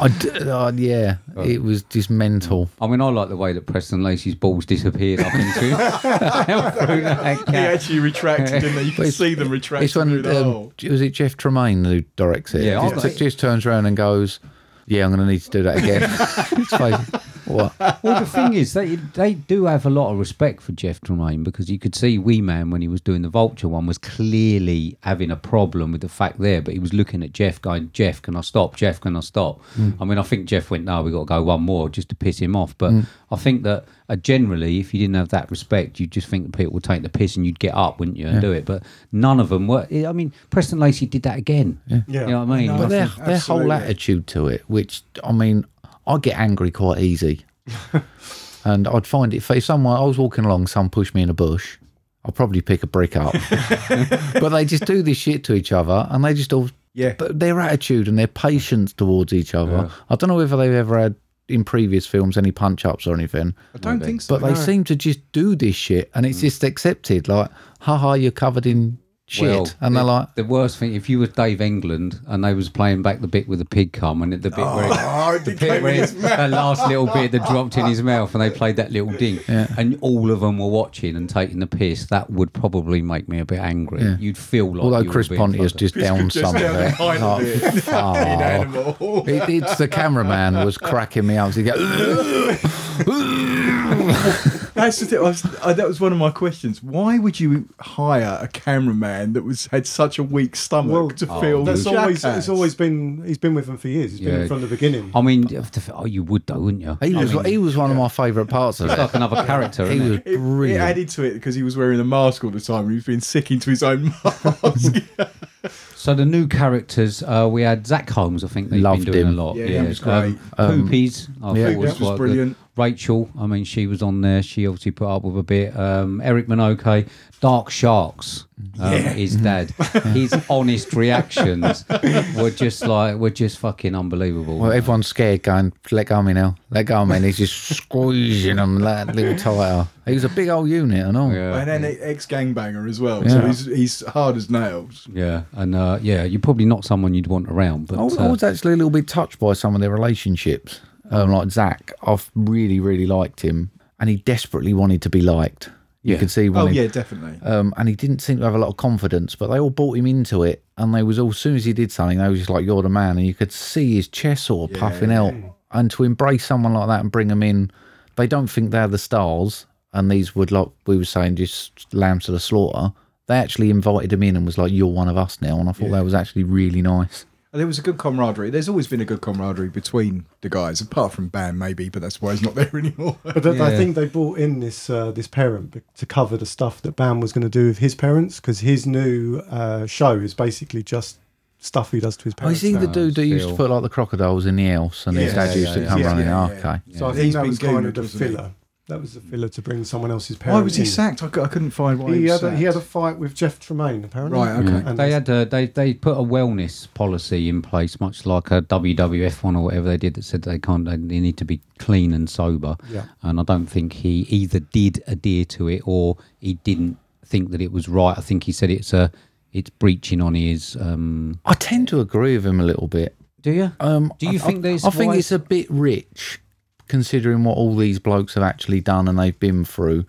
I d- uh, yeah,
Oh.
it was just mental.
I mean, I like the way that Preston Lacey's balls disappeared up into through that
They
gap.
actually retracted, didn't they? You
But
can
it's-
see them retract
It's when
through the
um,
hole.
was it Jeff Tremaine who directs it?
Yeah, I
just,
like-
just turns around and goes, "Yeah, I'm going to need to do that again." It's like, what?
Well, the thing is, they they do have a lot of respect for Jeff Tremaine because you could see Wee Man when he was doing the Vulture one was clearly having a problem with the fact there, but he was looking at Jeff going, Jeff, can I stop? Jeff, can I stop? I mean, I think Jeff went, no, we got to go one more just to piss him off. But I think that uh, generally, if you didn't have that respect, you'd just think that people would take the piss and you'd get up, wouldn't you, and
Yeah.
do it. But none of them were. I mean, Preston Lacey did that again. Yeah.
Yeah.
You know what I mean? I
But their
think-
their whole
absolutely.
attitude to it, which I mean, I get angry quite easy, and I'd find it if someone I was walking along, some pushed me in a bush. I'll probably pick a brick up, but they just do this shit to each other, and they just all
Yeah.
But their attitude and their patience towards each other. I don't know whether they've ever had in previous films any punch ups or anything.
I don't think so.
But they
no. Mm.
seem to just do this shit, and it's just accepted. Like, haha, you're covered in shit,
Well,
and they're
the-
like,
the worst thing if you was Dave England and they was playing back the bit with the pig cum and the bit
Oh,
where
it
the bit
came
where
in
it,
his mouth.
that last little bit that dropped in his mouth and they played that little ding and all of them were watching and taking the piss. That would probably make me a bit angry.
Yeah.
You'd feel like
although
you were
Chris
being
Pontius
fucked.
just down some of
down the
it.
kind
Like,
of it. Fucking
"Fuck."
animal.
It- it's the cameraman was cracking me up. So he'd go,
That's the thing. I was, I, that was one of my questions. Why would you hire a cameraman that was had such a weak stomach
Oh,
to film?
That's always,
Jackass?
it's always been, he's been with them for years. He's been
Yeah.
from the beginning.
I mean, if the- oh, you would though, wouldn't you?
he
I
was
mean,
he was one of my favourite parts of
it's
it.
like another character.
He
isn't
was
it?
It, it
brilliant.
added to it because he was wearing a mask all the time. and He was being sick into his own mask.
So the new characters, uh, we had Zach Holmes. I think they've
Loved
been doing
him.
a lot.
Yeah, he was great.
Um, Poopies, I
yeah.
thought
Poopies was
quite good.
brilliant.
Rachel, I mean, she was on there. She obviously put up with a bit. Um, Eric Manoke, Dark Sharks, um, his dad. His honest reactions were just like were just fucking unbelievable.
Well, everyone's scared, going, "Let go of me now, let go of me." And he's just squeezing them that little tighter. He was a big old unit and all.
yeah.
and then ex gangbanger as well. So he's, he's hard as nails.
Yeah, and uh, yeah, you're probably not someone you'd want around, but
I was, I
uh,
was actually a little bit touched by some of their relationships. Um, like Zach, I've really, really liked him, and he desperately wanted to be liked. You could see. he
Oh
wanted-
yeah, definitely.
Um, and he didn't seem to have a lot of confidence, but they all bought him into it. And they was all, as soon as he did something, they was just like, "You're the man," and you could see his chest sort of puffing out. and to embrace someone like that and bring them in, they don't think they're the stars. And these would like we were saying, just lambs to the slaughter. They actually invited him in and was like, "You're one of us now." And I thought
Yeah.
that was actually really nice.
And there was a good camaraderie. There's always been a good camaraderie between the guys, apart from Bam, maybe, but that's why he's not there anymore.
But th- I think they brought in this uh, this parent be- to cover the stuff that Bam was going to do with his parents because his new uh, show is basically just stuff he does to his
Oh, is
parents.
he the
now.
dude that used to put like the crocodiles in the else and his
Yeah,
dad used
yeah,
to come
yeah,
running?
yeah,
okay.
So I think that was kind of the filler. That was the filler to bring someone else's parent.
Why was he
in.
sacked? I, cou- I couldn't find why
He
he, was
had, a,
sacked.
he had a fight with Jeff Tremaine apparently.
Yeah. They had uh, they they put a wellness policy in place, much like a WWF one or whatever they did that said they can't they they need to be clean and sober.
Yeah.
And I don't think he either did adhere to it or he didn't think that it was right. I think he said it's a it's breaching on his. Um,
I tend to agree with him a little bit.
Do you?
Um,
Do you
I-
think
I-
there's
I think
wise-
it's a bit rich, considering what all these blokes have actually done and they've been through,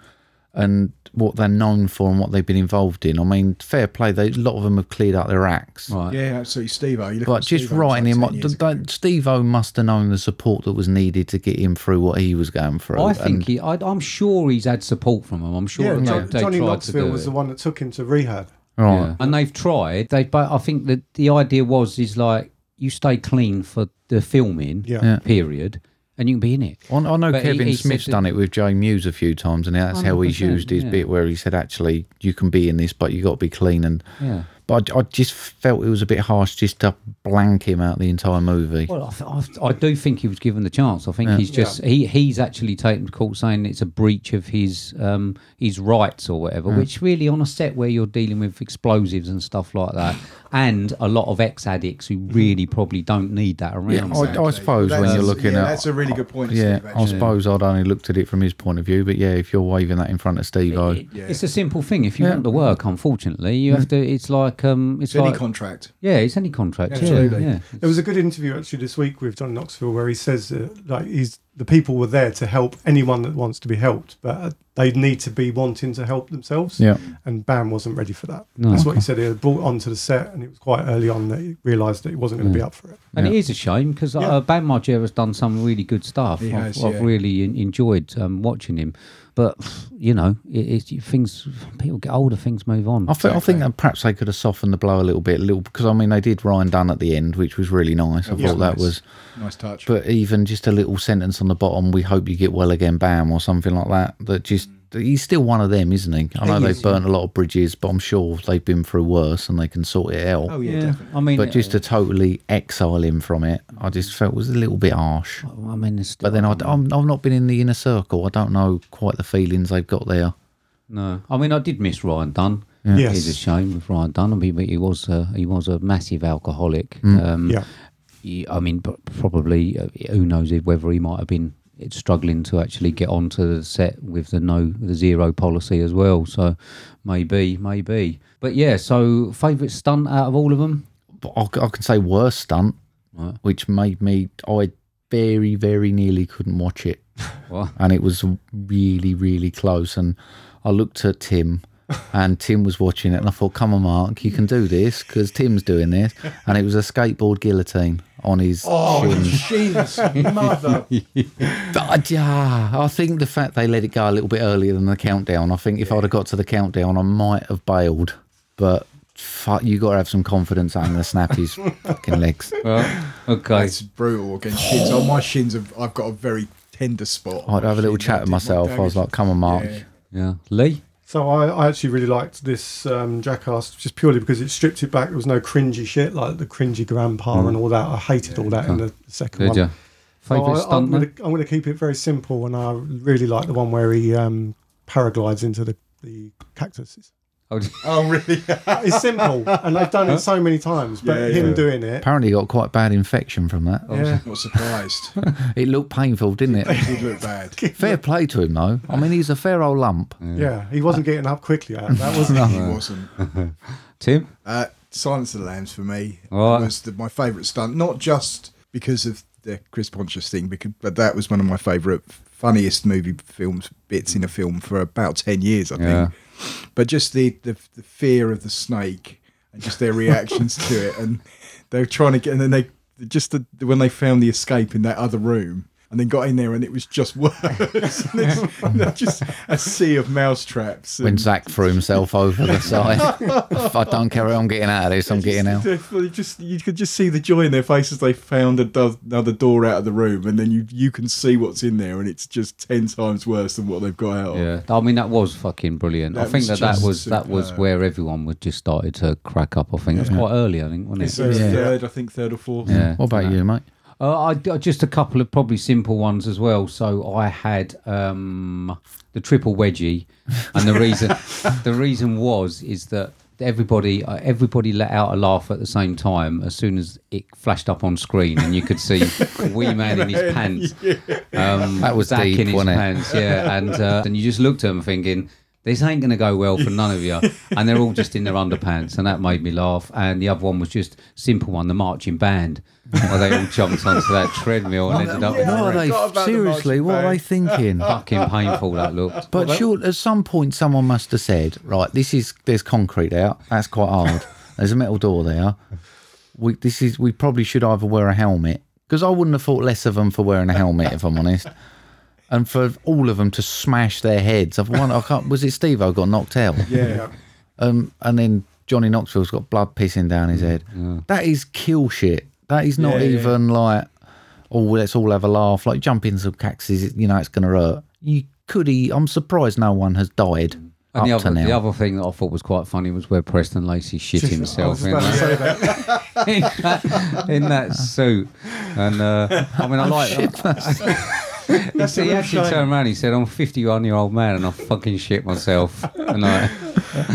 and what they're known for and what they've been involved in. I mean, fair play. They, a lot of them have cleared up their acts.
Right.
Yeah, absolutely. Steve O.
But just writing him, up- don't- Steve-O must have known the support that was needed to get him through what he was going through.
I
and-
think he. I, I'm sure he's had support from him. I'm sure
Yeah,
that
Jo-
they, they
Johnny
tried to
Knoxville
do
was
it.
the one that took him to rehab.
Right.
Yeah. And they've tried. They but I think that the idea was is like you stay clean for the filming
Yeah.
Yeah.
period and you can be in it.
I, I know
But he-
Kevin
he said
Smith's
that-
done it with Joe Muse a few times, and that's how he's
100%,
used his
yeah.
bit where he said, "Actually, you can be in this, but you got to be clean." And
Yeah.
but I, I just felt it was a bit harsh just to blank him out the entire movie.
Well, I, th- I, I do think he was given the chance. I think
Yeah.
he's just he he's actually taken to court saying it's a breach of his um his rights or whatever.
Yeah.
Which really, on a set where you're dealing with explosives and stuff like that, and a lot of ex addicts who really probably don't need that around.
yeah, I, I
them.
suppose when you're looking at Yeah, I suppose I'd only looked at it from his point of view, but yeah, if you're waving that in front of Steve, I
It's a simple thing. If you
Yeah.
want the work, unfortunately, you have to. It's like um, it's,
It's any
like-
contract.
Yeah, it's any contract.
Absolutely.
Yeah, yeah.
There was a good interview actually this week with John Knoxville where he says that like he's the people were there to help anyone that wants to be helped, but uh, they need to be wanting to help themselves.
Yeah.
And Bam wasn't ready for that.
No.
That's what he said. He was brought onto the set, and it was quite early on that he realised that he wasn't going to
Yeah.
be up for it.
And it is a shame because
Yeah.
uh, Bam Margera has done some really good stuff.
He
I've,
has,
I've
yeah.
really en- enjoyed um, watching him, but you know, it, it, things people get older, things move on.
I oh, think, I think that perhaps they could have softened the blow a little bit, a little because I mean they did Ryan Dunn at the end, which was really nice. I
Yeah.
thought that
Nice.
was
Nice touch.
But even just a little sentence on the bottom, "We hope you get well again, Bam," or something like that. That just he's still one of them, isn't he? I know
He
they've
is,
burnt a lot of bridges, but I'm sure they've been through worse and they can sort it out.
Oh, yeah, Yeah, definitely. I mean,
but just to totally exile him from it, I just felt was a little bit harsh.
uh, I mean, it's
but then I, am I've not been in the inner circle. I don't know quite the feelings they've got there.
No, I mean, I did miss Ryan Dunn.
Yeah.
It
Yes.
is a shame with Ryan Dunn. I mean, but he was a, he was a massive alcoholic.
Mm.
Um,
Yeah.
he- I mean, but probably uh, who knows if- whether he might have been eh, struggling to actually get onto the set with the no the zero policy as well. So maybe, maybe. But yeah, so favourite stunt out of all of them?
But I, c- I can say worst stunt,
Right.
which made me I very very nearly couldn't watch it,
Wow.
and it was really really close. And I looked at Tim, and Tim was watching it, and I thought, "Come on, Mark, you can do this because Tim's doing this." And it was a skateboard guillotine on his shin.
Jeez, Oh, mother.
But, yeah, I think the fact they let it go a little bit earlier than the countdown. I think if I'd have got to the countdown, I might have bailed. But fuck, you got to have some confidence. I'm gonna snap his fucking legs.
okay.
It's brutal against shins. Oh, my shins have. I've got a very tender spot.
I'd have a little chat with myself. I was like, "Come on, Mark."
Yeah.
Yeah, Lee.
So I, I actually really liked this um, Jackass just purely because it stripped it back. There was no cringy shit like the cringy grandpa
Mm.
and all that. I hated all that in the second
Did
one.
ya?
So
Favourite
I,
stunt
I'm
man?
going to keep it very simple, and I really like the one where he um, paraglides into the, the cactuses.
Oh,
really?
it's simple, and they've done it so many times. But
Yeah,
him
yeah.
doing it,
Apparently, he got quite bad infection from that.
Yeah.
Not surprised.
it looked painful, didn't
It
it?
did look bad.
fair play to him, though. I mean, he's a fair old lump.
yeah, he wasn't getting up quickly. Out of that was
No.
not
He wasn't.
Tim.
Uh, Silence of the Lambs for me
Alright.
was the, my favourite stunt, not just because of the Chris Pontius thing, because but that was one of my favourite, funniest movie films bits in a film for about ten years, I
Yeah.
think. But just the, the the fear of the snake and just their reactions to it, and they're trying to get, and then they just the, when they found the escape in that other room and then got in there and it was just worse. And it's- they're just a sea of mouse traps.
When Zach threw himself over the side, if I don't carry on getting out of this, I'm getting out.
Definitely, just you could just see the joy in their faces. They found a do- another door out of the room, and then you you can see what's in there, and it's just ten times worse than what they've got out. of.
Yeah, I mean that was fucking brilliant. I
That
think that
was
that
just
was that was
superb.
where everyone was just started to crack up. I think it was
Yeah.
quite early. I think wasn't
It's,
it?
uh, third, I think third or fourth.
Yeah.
What about you, mate?
Uh, I, I- just a couple of probably simple ones as well. So I had um, the triple wedgie, and the reason the reason was is that everybody uh, everybody let out a laugh at the same time as soon as it flashed up on screen, and you could see Wee Man in his pants, um,
That was
Zach
deep,
in his
wasn't it?
pants, yeah, and uh, and you just looked at him thinking. This ain't going to go well for none of you. And they're all just in their underpants. And that made me laugh. And the other one was just simple one, the marching band, where they all jumped onto that treadmill and ended up in
What
the
are
ring.
they? Seriously, what are they thinking?
Fucking painful that looked.
But sure, at some point, someone must have said, "Right, this is there's concrete out. That's quite hard. there's a metal door there. We this is we probably should either wear a helmet because I wouldn't have thought less of them for wearing a helmet if I'm honest." And for all of them to smash their heads, I've one. I can't. Was it Steve? I got knocked out.
Yeah.
Um, and then Johnny Knoxville's got blood pissing down
Mm,
his head. That is kill shit. That is not
Yeah, yeah,
even like, oh, let's all have a laugh. Like jump in some cactuses, you know, it's going to hurt. You could eat. I'm surprised no one has died
And the
up to
other,
now.
the other thing that I thought was quite funny was where Preston Lacey shit
Just- I
himself
was
in
about to say
that,
that.
in that, in that suit. And uh, I mean, I like that. He,
That's a
said- he
real
actually
shame.
turned around he said, I'm a 51 year old man and I fucking shit myself. And I,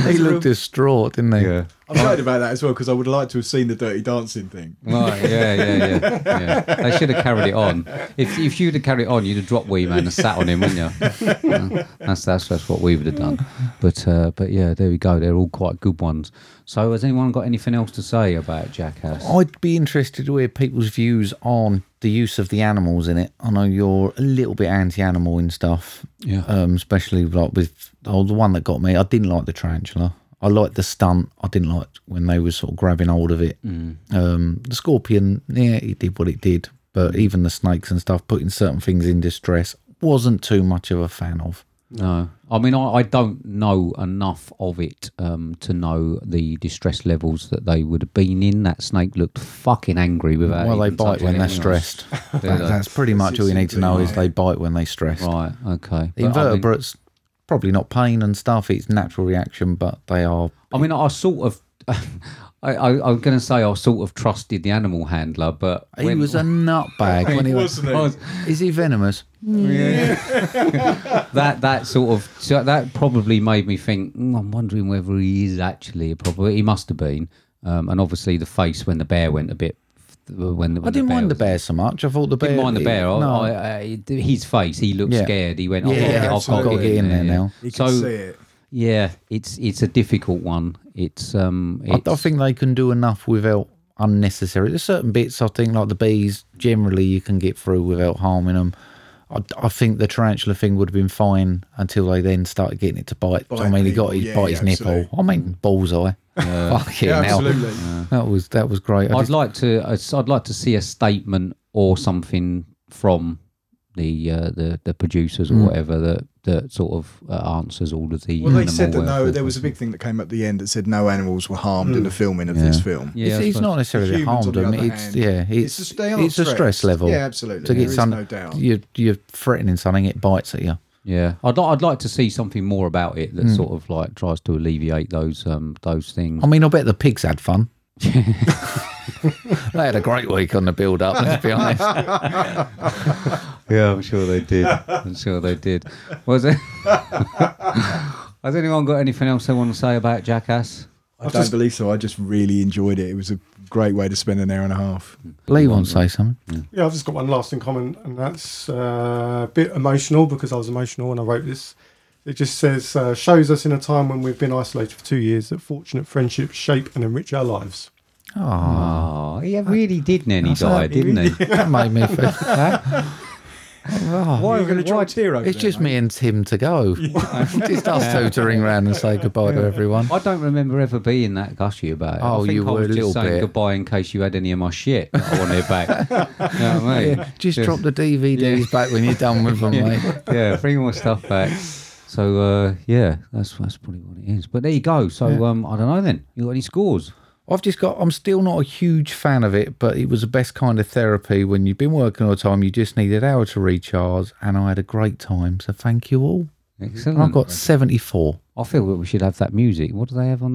he looked distraught, didn't he?
yeah.
I'm worried about that as well because I would like to have seen the dirty dancing thing.
Right, yeah, yeah, yeah, yeah. They should have carried it on. If if you'd have carried it on, you'd have dropped Wee Man and sat on him, wouldn't you? Yeah, That's that's that's what we would have done. But uh, but yeah, there we go. They're all quite good ones. So has anyone got anything else to say about Jackass?
I'd be interested to hear people's views on the use of the animals in it. I know you're a little bit anti-animal in stuff,
Yeah.
um, especially like with oh, the one that got me. I didn't like the tarantula. I liked the stunt. I didn't like when they were sort of grabbing hold of it.
Mm.
Um, the scorpion, yeah, it did what it did, but even the snakes and stuff, putting certain things in distress, wasn't too much of a fan of.
No, I mean I, I don't know enough of it um, to know the distress levels that they would have been in. That snake looked fucking angry without.
well, they
even
bite
touching
when they're
anything else.
stressed.
Do
That-
they?
that's pretty much all you need to know is they bite when they're stressed.
right. Okay.
The
But I mean-
invertebrates, probably not pain and stuff. It's natural reaction, but they are.
I mean, I sort of. I, I, I'm going to say I sort of trusted the animal handler, but
He was a nutbag when he was.
Wasn't it?
Is he venomous?
that that sort of so that probably made me think. "Mm, I'm wondering whether he is actually a proper. He must have been, um, and obviously the face when the bear went a bit. When, when
I didn't
the bear
mind the
was-
bear so much. I thought the bear.
Didn't mind the bear. I,
No.
I, I, his face, he looked
Yeah.
scared. He went, oh,
Yeah,
yeah, I've got
absolutely.
to get in there now.
You
So
can see it.
yeah, it's it's a difficult one. It's um,
I, I
it's-
think they can do enough without unnecessary. There's certain bits I think, like the bees, generally you can get through without harming them. I, I think the tarantula thing would have been fine until they then started getting it to bite.
Bite
I mean, he
people,
got his
yeah,
bite his nipple.
absolutely.
I mean, bullseye. Fucking
Yeah,
hell.
absolutely.
That was that was great. I
I'd
just-
like to. I'd, I'd like to see a statement or something from the uh, the the producers or whatever that that sort of uh, answers all of the.
Well, they
animal
said that no,
welfare
there was a big
questions.
thing that came at the end that said no animals were harmed in the filming of this film.
Yeah, I
it's, it's
suppose.
not necessarily
Humans, on
harmed
the
them.
other
It's
hand,
yeah, it's
it's
it's,
a- they are
a stress
stressed.
level.
Yeah, absolutely.
To
There
get
is
some,
no doubt.
You're, you're threatening something, it bites at you.
Yeah, I'd li- I'd like to see something more about it that sort of like tries to alleviate those um those things.
I mean, I bet the pigs had fun. they had a great week on the build up. Let's be honest.
Yeah, I'm sure they did. I'm sure they did. Was it? Has anyone got anything else they want to say about Jackass?
I don't believe so. I just really enjoyed it. It was a great way to spend an hour and a half.
Lee won't say something.
Mm.
Yeah, I've just got one lasting comment, and that's uh, a bit emotional because I was emotional when I wrote this. It just says, uh, shows us in a time when we've been isolated for two years that fortunate friendships shape and enrich our lives.
Oh,
Oh, he really did. Then he died, didn't he?
that made me feel. Oh,
Why are we going to drop Tiro?
It's just me and Tim to go. it's us two to ring round and say goodbye to everyone.
I don't remember ever being that gushy about it.
Oh,
I think
you
I
were
was
a little
just saying
bit.
goodbye in case you had any of my shit that I wanted back. you know what I mean?
Yeah, just drop the DVDs back when you're done with them, mate.
yeah, bring all my stuff back. So uh, yeah, that's that's probably what it is. But there you go. So
Yeah.
um, I don't know. Then you got any scores?
I've just got. I'm still not a huge fan of it, but it was the best kind of therapy. When you've been working all the time, you just need an hour to recharge, and I had a great time. So thank you all.
Excellent.
I've got 74.
I feel that we should have that music. What do they have on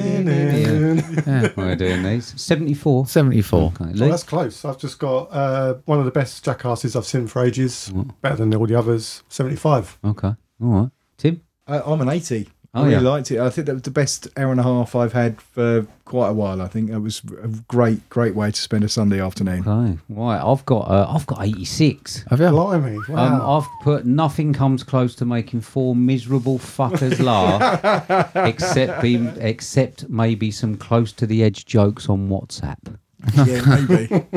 that? Uh, yeah. We're doing these. 74.
74.
Okay.
Well,
Lee?
that's close. I've just got uh, one of the best jackasses I've seen for ages.
Mm-hmm.
Better than all the others. 75.
Okay. All right. Tim?
I, Uh, I'm an 80.
Oh,
I really
yeah.
liked it. I think that was the best hour and a half I've had for quite a while. I think it was a great, great way to spend a Sunday afternoon.
Okay. Oh, Right. I've got uh, I've got 86.
Have you?
Blimey.
Um,
Wow.
I've put nothing comes close to making four miserable fuckers laugh, except be, except maybe some close to the edge jokes on WhatsApp.
yeah, maybe.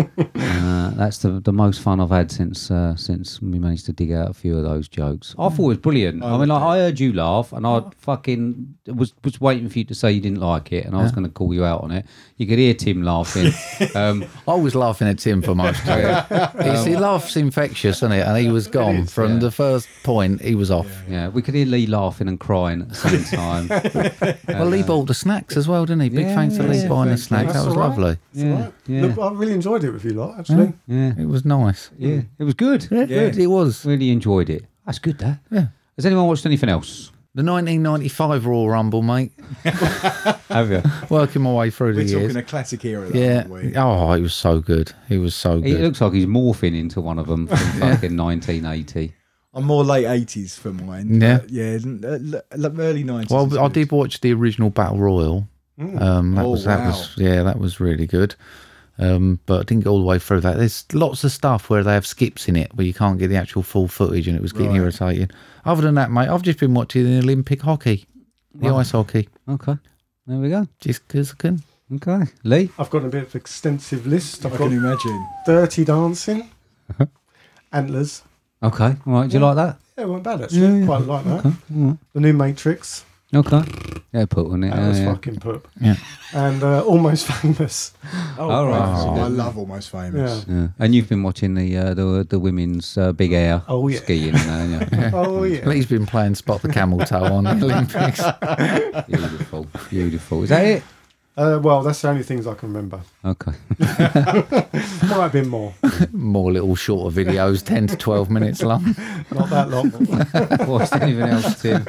Uh, that's the the most fun I've had since uh, since we managed to dig out a few of those jokes. I thought it was brilliant.
Oh,
I, mean, like, I heard you laugh, and I fucking was was waiting for you to say you didn't like it, and I was going to call you out on it. You could hear Tim laughing. um,
I was laughing at Tim for most of it. It's, he laughs infectious, isn't it? And he was gone from the first point. He was off.
yeah, we could hear Lee laughing and crying at the same time.
Well, Lee bought the snacks as well, didn't he? Big
Yeah,
thanks to Lee
yeah,
buying the
thank you.
snacks. That
That's
was
all right.
lovely.
yeah, yeah,
Look, I really enjoyed it with you lot, actually.
yeah.
It was nice.
Yeah, it was good.
It it was.
Really enjoyed it. That's good, that.
Yeah.
Has anyone watched anything else?
The 1995 Raw Rumble, mate.
Have you?
Working my way through the
We're
years.
talking a classic era, though,
Yeah.
aren't we?
Oh, it was so good. It was so
It
good.
looks like he's morphing into one of them from fucking 1980.
I'm more late 80s for mine.
Yeah.
Uh, yeah, n- uh, l- l- early 90s. is
Well, I
good.
did watch the original Battle Royal. Um, that
Oh,
was that
wow.
was yeah, that was really good. Um, but I didn't get all the way through that. There's lots of stuff where they have skips in it where you can't get the actual full footage, and it was getting
Right.
irritating. Other than that, mate, I've just been watching the Olympic hockey, the ice hockey,
Okay. There we go.
just 'cause I can.
Okay. Lee?
I've got a bit of extensive list. I've
I
got
can imagine.
Dirty Dancing, Antlers.
Okay. All right. Do you like that?
Yeah, it wasn't bad, actually. Quite like that. The new Matrix.
Okay. Yeah, put on it.
That
yeah,
was
yeah.
fucking poop.
Yeah.
And uh, Almost Famous.
Oh,
All right.
wow.
Yeah.
I love Almost Famous.
Yeah. And you've been watching the uh, the, the women's uh, big air
Oh, yeah.
skiing. Uh, yeah.
Oh, yeah.
Lee's been playing spot the camel toe on the Olympics.
Beautiful. Beautiful. Is that it?
Uh, well, that's the only things I can remember.
Okay.
Might have been more.
More little shorter videos, ten to twelve minutes long.
Not that long.
What's anything else, Tim?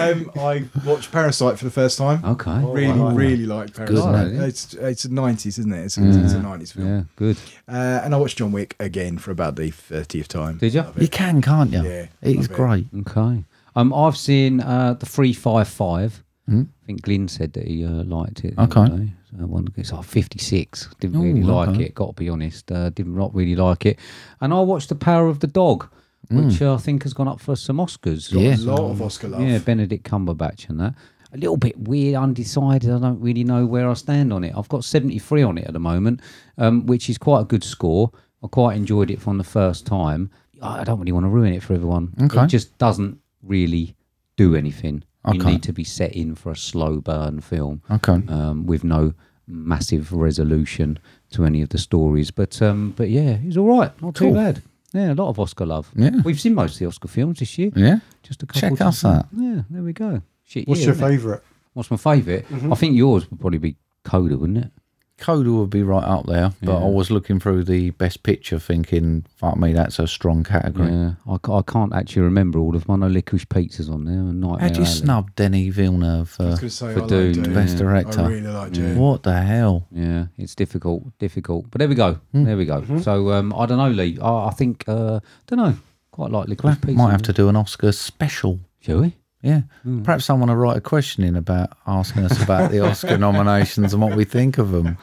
Um, I watched Parasite for the first time.
Okay.
really, really liked
good,
Parasite.
isn't it?
Oh, it's it's a 90s, isn't it? It's, it's a 90s film.
Mm-hmm. Yeah, good.
Uh, and I watched John Wick again for about the 30th time.
Did you?
You can, can't you?
Yeah,
it is
love it.
great.
Okay. Um, I've seen uh, the three five five. I think Glyn said that he uh, liked it. the other
Hmm? Okay.
day. So I wonder, it's like fifty six. Didn't
Ooh,
really like
okay.
it. Got to be honest. Uh, did not really like it. And I watched The Power of the Dog, which uh, I think has gone up for some Oscars.
Hmm. Yeah.
A lot of Oscar love.
Yeah, Benedict Cumberbatch and that. A little bit weird, undecided. I don't really know where I stand on it. I've got 73 on it at the moment, um, which is quite a good score. I quite enjoyed it from the first time. I I don't really want to ruin it for everyone.
Okay.
It just doesn't really do anything. You
Okay.
need to be set in for a slow burn film
Okay.
um, with no massive resolution to any of the stories. But um, but yeah, it's all right. Not too
Cool.
bad. Yeah, a lot of Oscar love.
Yeah.
We've seen most of the Oscar films this year.
Yeah.
Just a couple.
Check
to-
us out.
Yeah, there we go. Shit,
What's
yeah,
your
isn't it?
favourite? Mm-hmm.
What's my favorite I think yours would probably be Coda, wouldn't it?
Coda would be right up there, but I was looking through the best picture thinking, fuck me, that's a strong category.
Yeah, I, ca- I can't actually remember all of mine. I know Licorice Pizza's on there and Nightmare
How do you
Alley.
snub Denny Villeneuve?
I was
For,
going to say,
For
I
Dune,
like Dune.
Best director.
I really like Dune.
what the hell?
Yeah, it's difficult, difficult. But there we go,
Hmm.
there we go.
Mm-hmm.
So um, I don't know, Lee. I, I think uh, don't know. Quite like Licorice Pizza.
Might have to do an Oscar special.
Shall we?
Yeah. Perhaps someone will write a question in about asking us about the Oscar nominations and what we think of them.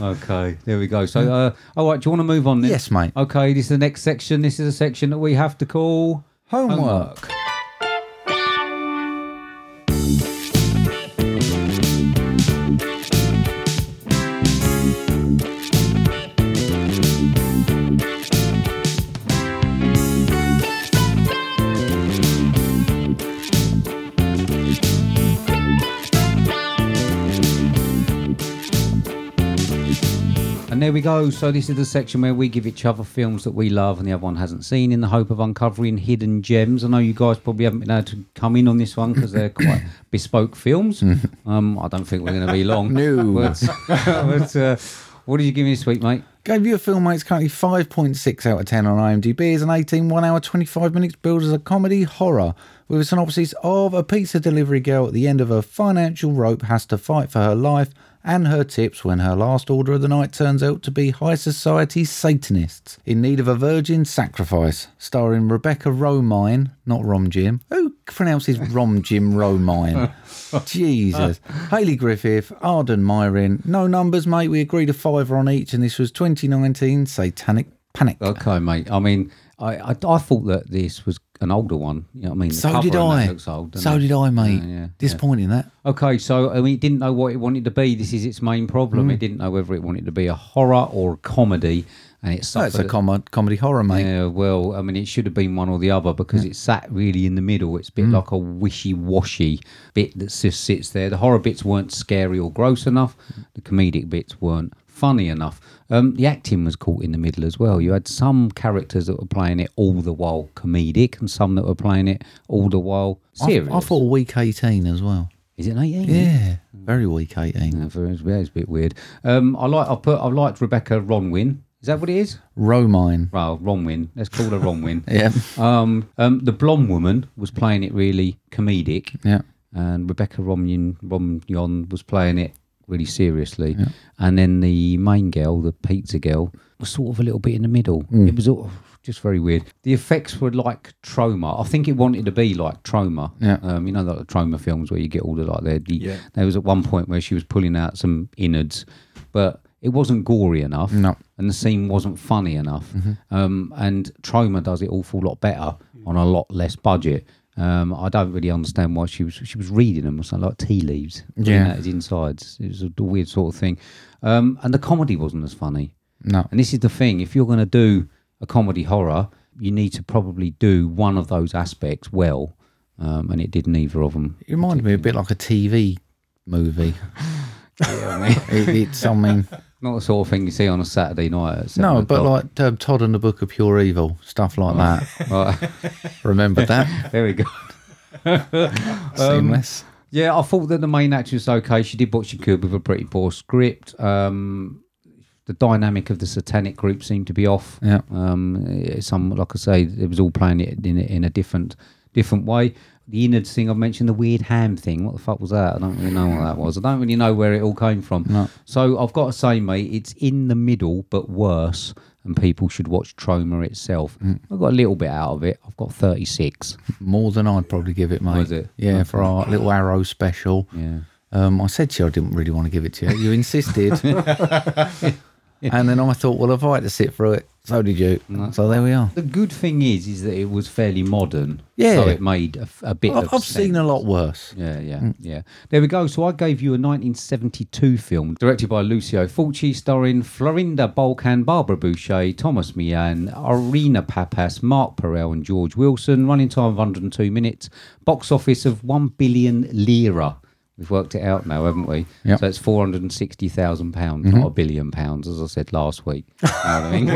Okay, there we go. So uh, all right, do you want to move on? Then?
Hmm. Yes, mate.
Okay, this is the next section. This is a section that we have to call
Homework.
there we go. So this is the section where we give each other films that we love and the other one hasn't seen, in the hope of uncovering hidden gems. I know you guys probably haven't been able to come in on this one because they're quite bespoke films.
Mm-hmm.
Um, I don't think we're going to be long. no. But, but, uh, what did you give me this week, mate?
Gave you a film rates currently 5.6 out of 10 on IMDb. It's an 18, 1 hour, 25 minutes billed as a comedy horror with a synopsis of a pizza delivery girl at the end of her financial rope has to fight for her life and her tips when her last order of the night turns out to be high society Satanists in need of a virgin sacrifice. Starring Rebecca Romine, not Rom Jim. Who pronounces Rom Jim Romine? Jesus. Haley Griffith, Arden Myrin. No numbers, mate. We agreed a fiver on each, and this was 2019 Satanic Panic.
Okay, mate. I mean, I, I, I thought that this was an older one. You know what I mean? The
So
cover
did
and that
I.
Looks old, doesn't
so
it?
did I, mate.
Yeah, Oh, yeah, yeah.
Disappointing that.
Okay, so I mean, it didn't know what it wanted to be. This is its main problem.
Mm.
It didn't know whether it wanted to be a horror or a comedy, and it
That's
suffered.
a com- comedy horror, mate.
yeah, well, I mean, it should have been one or the other because it sat really in the middle. It's a
Mm.
bit like a wishy-washy bit that just sits there. The horror bits weren't scary or gross enough. The comedic bits weren't funny enough. Um, the acting was caught in the middle as well. You had some characters that were playing it all the while comedic, and some that were playing it all the while
I-
serious. Mm.
I, thought week 18 as well.
is it an eighteen?
Yeah, very weak 18.
Yeah, for- yeah, it's a bit weird. Um, I like. I put. I liked Rebecca Ronwin. Is that what it is?
Romine.
Well, Ronwin. Let's call her Ronwin.
Yeah,
um, um, the blonde woman was playing it really comedic,
yeah.
and Rebecca Romyon Romyon was playing it really seriously. And then the main girl, the pizza girl, was sort of a little bit in the middle. It was all, just very weird. The effects were like trauma. I think it wanted to be like trauma.
Yeah.
Um, you know, like the trauma films where you get all the like there. The,
Yeah.
There was at one point where she was pulling out some innards, but it wasn't gory enough.
No. Mm-hmm.
And the scene wasn't funny enough. Um, and trauma does it awful lot better
Mm.
on a lot less budget. Um, I don't really understand why she was she was reading them or something like tea leaves. reading
Yeah.
out his insides. It was a weird sort of thing. Um, and the comedy wasn't as funny.
No.
And this is the thing: if you're going to do a comedy horror, you need to probably do one of those aspects well. Um, and it did neither of them.
It reminded me a bit like a TV movie. it, it's, I mean,
Not the sort of thing you see on a Saturday night. At seven
no, but
o'clock.
like um, Todd and the Book of Pure Evil, stuff like that. Remember that?
there we go.
Um, Seamless.
Yeah, I thought that the main actress was okay. She did what she could with a pretty poor script. Um, the dynamic of the satanic group seemed to be off.
Yeah.
Um, eh, some, like I say, it was all playing it in, a- in a different different way. The innards thing I mentioned, the weird ham thing. What the fuck was that? I don't really know what that was. I don't really know where it all came from. So I've got to say, mate, it's in the middle, but worse. And people should watch Trauma itself. I got a little bit out of it. I've got 36.
More than I'd probably give it, mate.
Was it?
Yeah, for our little arrow special.
Yeah.
Um, I said to you I didn't really want to give it to you. You insisted. and then I thought, well, if I had to sit through it, so did you. So there we are.
The good thing is, is that it was fairly modern.
Yeah.
So it made a, f- a bit
I've,
of
I've seen
sense.
a Mm. lot worse.
Yeah, yeah, yeah. There we go. So I gave you a 1972 film directed by Lucio Fulci, starring Florinda Balkan, Barbara Boucher, Thomas Mian, Irina Papas, Mark Perel, and George Wilson. Running time of 102 minutes. Box office of 1 billion lira. We've worked it out now, haven't we?
Yep.
So it's four hundred and sixty thousand pounds,
Mm-hmm.
not a billion pounds, as I said last week. You know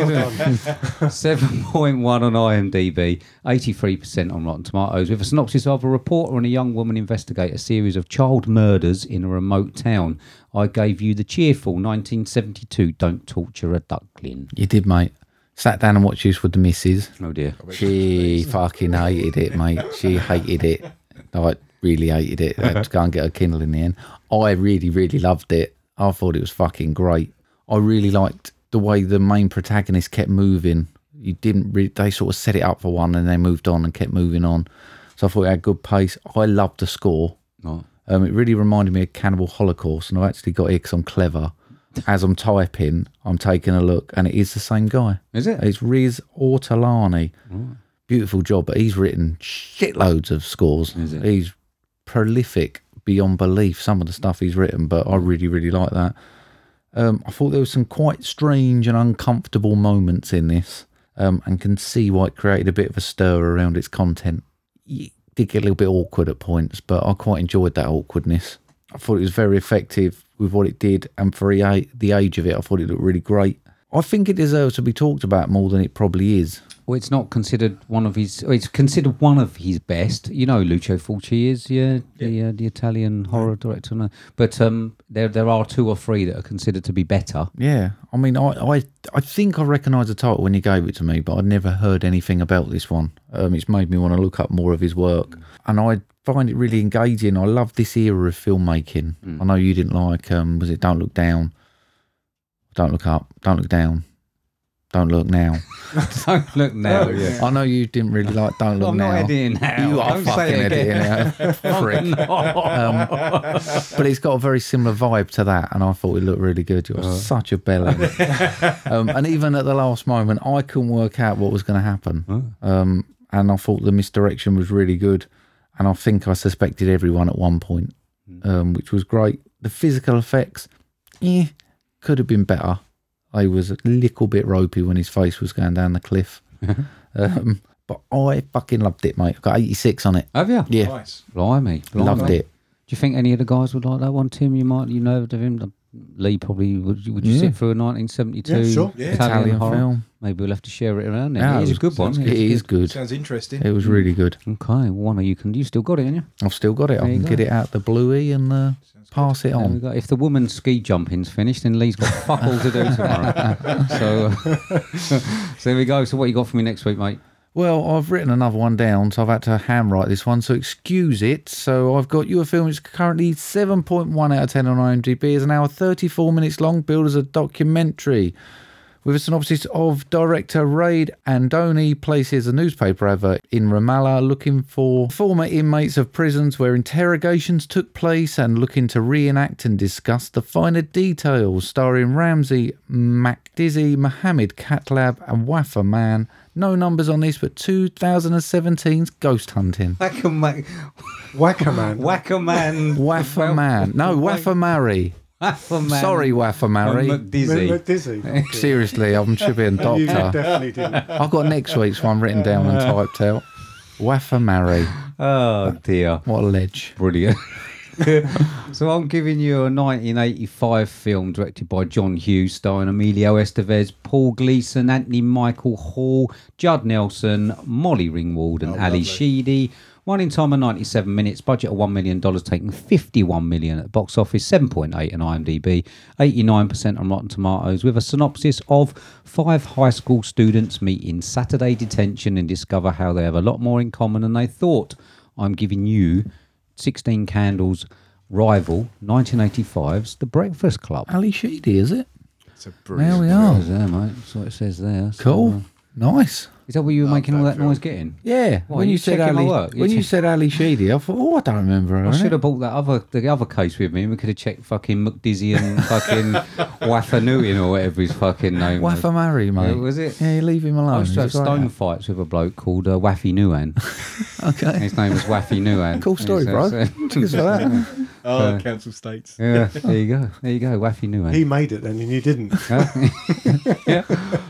what I mean? 7.1 on IMDb, 83% on Rotten Tomatoes, with a synopsis of a reporter and a young woman investigate a series of child murders in a remote town. I gave you the cheerful 1972 Don't Torture a Duckling.
You did, mate. Sat down and watched this with the missus.
Oh dear.
She fucking hated it, mate. She hated it. Like, really hated it. I had to go and get a Kindle in the end. I really, really loved it. I thought it was fucking great. I really liked the way the main protagonist kept moving. You didn't really, they sort of set it up for one and they moved on and kept moving on. So I thought it had good pace. I loved the score.
Right.
Um, it really reminded me of Cannibal Holocaust, and I've actually got it 'cause I'm clever. As I'm typing, I'm taking a look, and it is the same guy.
Is it?
It's Riz Ortolani. Beautiful job, but he's written shitloads of scores. He's prolific beyond belief, some of the stuff he's written, but I really, really like that. Um, I thought there were some quite strange and uncomfortable moments in this, um, and can see why it created a bit of a stir around its content. It did get a little bit awkward at points, but I quite enjoyed that awkwardness. I thought it was very effective with what it did and for a- the age of it. I thought it looked really great. I think it deserves to be talked about more than it probably is.
Well, it's not considered one of his. It's considered one of his best. You know, Lucio Fulci is yeah, the uh, the Italian horror director. no. But um, there there are two or three that are considered to be better.
Yeah, I mean, I, I, I think I recognised the title when you gave it to me, but I'd never heard anything about this one. Um, it's made me want to look up more of his work, and I find it really engaging. I love this era of filmmaking. I know you didn't like, um, was it Don't Look Down, Don't Look Up, Don't Look Down, Don't Look Now.
Don't look now.
I know you didn't really like Don't Oh, Look
I'm
Now.
not editing now.
You are
Don't
fucking
say it
editing
again.
now, prick.
I'm not.
Um, but it's got a very similar vibe to that, and I thought it looked really good.
Uh-huh.
You're such a bellend. um, and even at the last moment, I couldn't work out what was going to happen. Um, and I thought the misdirection was really good. And I think I suspected everyone at one point,
Hmm.
um, which was great. The physical effects, eh, could have been better. I was a little bit ropey when his face was going down the cliff. um, but I fucking loved it, mate. I got 86 on it.
Have you?
Yeah.
Nice.
Blimey, blimey.
Loved it.
Do you think any of the guys would like that one, Tim? You might, you know, of him. Lee probably would. you- Would you
Yeah.
sit through a 1972
Yeah, sure, yeah.
Italian,
Italian
horror?
film.
Maybe we'll have to share it around. Then.
Yeah,
it is a
it
good one.
It is good.
Sounds interesting.
It was really good.
Okay, one of you can. You still got it, haven't you?
I've still got it. I
There you
can get
go.
it out the bluey and uh, pass it
There we
on.
go. If the woman's ski jumping's finished, then Lee's got fuck all to do tomorrow. so, uh, so there we go. So what you got for me next week, mate?
Well, I've written another one down, so I've had to handwrite this one, so excuse it. So I've got you a film which is currently 7.1 out of 10 on IMDb, is an hour 34 minutes long, billed as a documentary. With a synopsis of director Raid Andoni places a newspaper advert in Ramallah looking for former inmates of prisons where interrogations took place and looking to reenact and discuss the finer details, starring Ramsey MacDizzy, Mohammed Katlab, and Wafa Man. No numbers on this, but 2017's Ghost Hunting.
Whack a man,
Whacker man.
whack a man,
Wafa Man. No, Wafa Mari.
whack a man.
Sorry, Wafa Mari.
Remember
Dizzy.
Dizzy. Okay.
Seriously, I'm tripping
You
doctor.
definitely didn't.
I've got next week's one written down and typed out. Waffa Mary.
Oh dear.
What a ledge.
Brilliant. so I'm giving you a 1985 film directed by John Hughes, starring Emilio Estevez, Paul Gleason, Anthony Michael Hall, Judd Nelson, Molly Ringwald, and Ali Sheedy. One in time and 97 minutes, budget of $1 million, taking 51 million at the box office, 7.8 on IMDb, 89% on Rotten Tomatoes, with a synopsis of five high school students meet in Saturday detention and discover how they have a lot more in common than they thought. I'm giving you 16 Candles rival 1985's The Breakfast Club.
Ali Sheedy, is it?
It's a
Oh, There
brilliant.
we are.
There, mate. That's what it says there. So, uh,
Cool. Nice.
is that what you were making all that noise getting?
Yeah.
What, you checking my
Ali,
work? You
when you
check-
said Ali Sheedy, I thought, oh, I don't remember her. eh?"
I should
innit?
have bought that other the other case with me. and We could have checked fucking McDizzy and fucking Wafanutin or whatever his fucking name was.
Waffa Mary, mate.
Yeah, was it?
Yeah, you leave him alone.
I used to have
He's all
stone
right.
fights with a bloke called uh, Waffy Nuan.
Okay.
His name was Waffy Nuan.
Cool story,
Yes,
bro.
that's it.
Cheers for that.
Oh, council states.
yeah, there you go. There you go, Waffy Nuan.
He made it then and you didn't.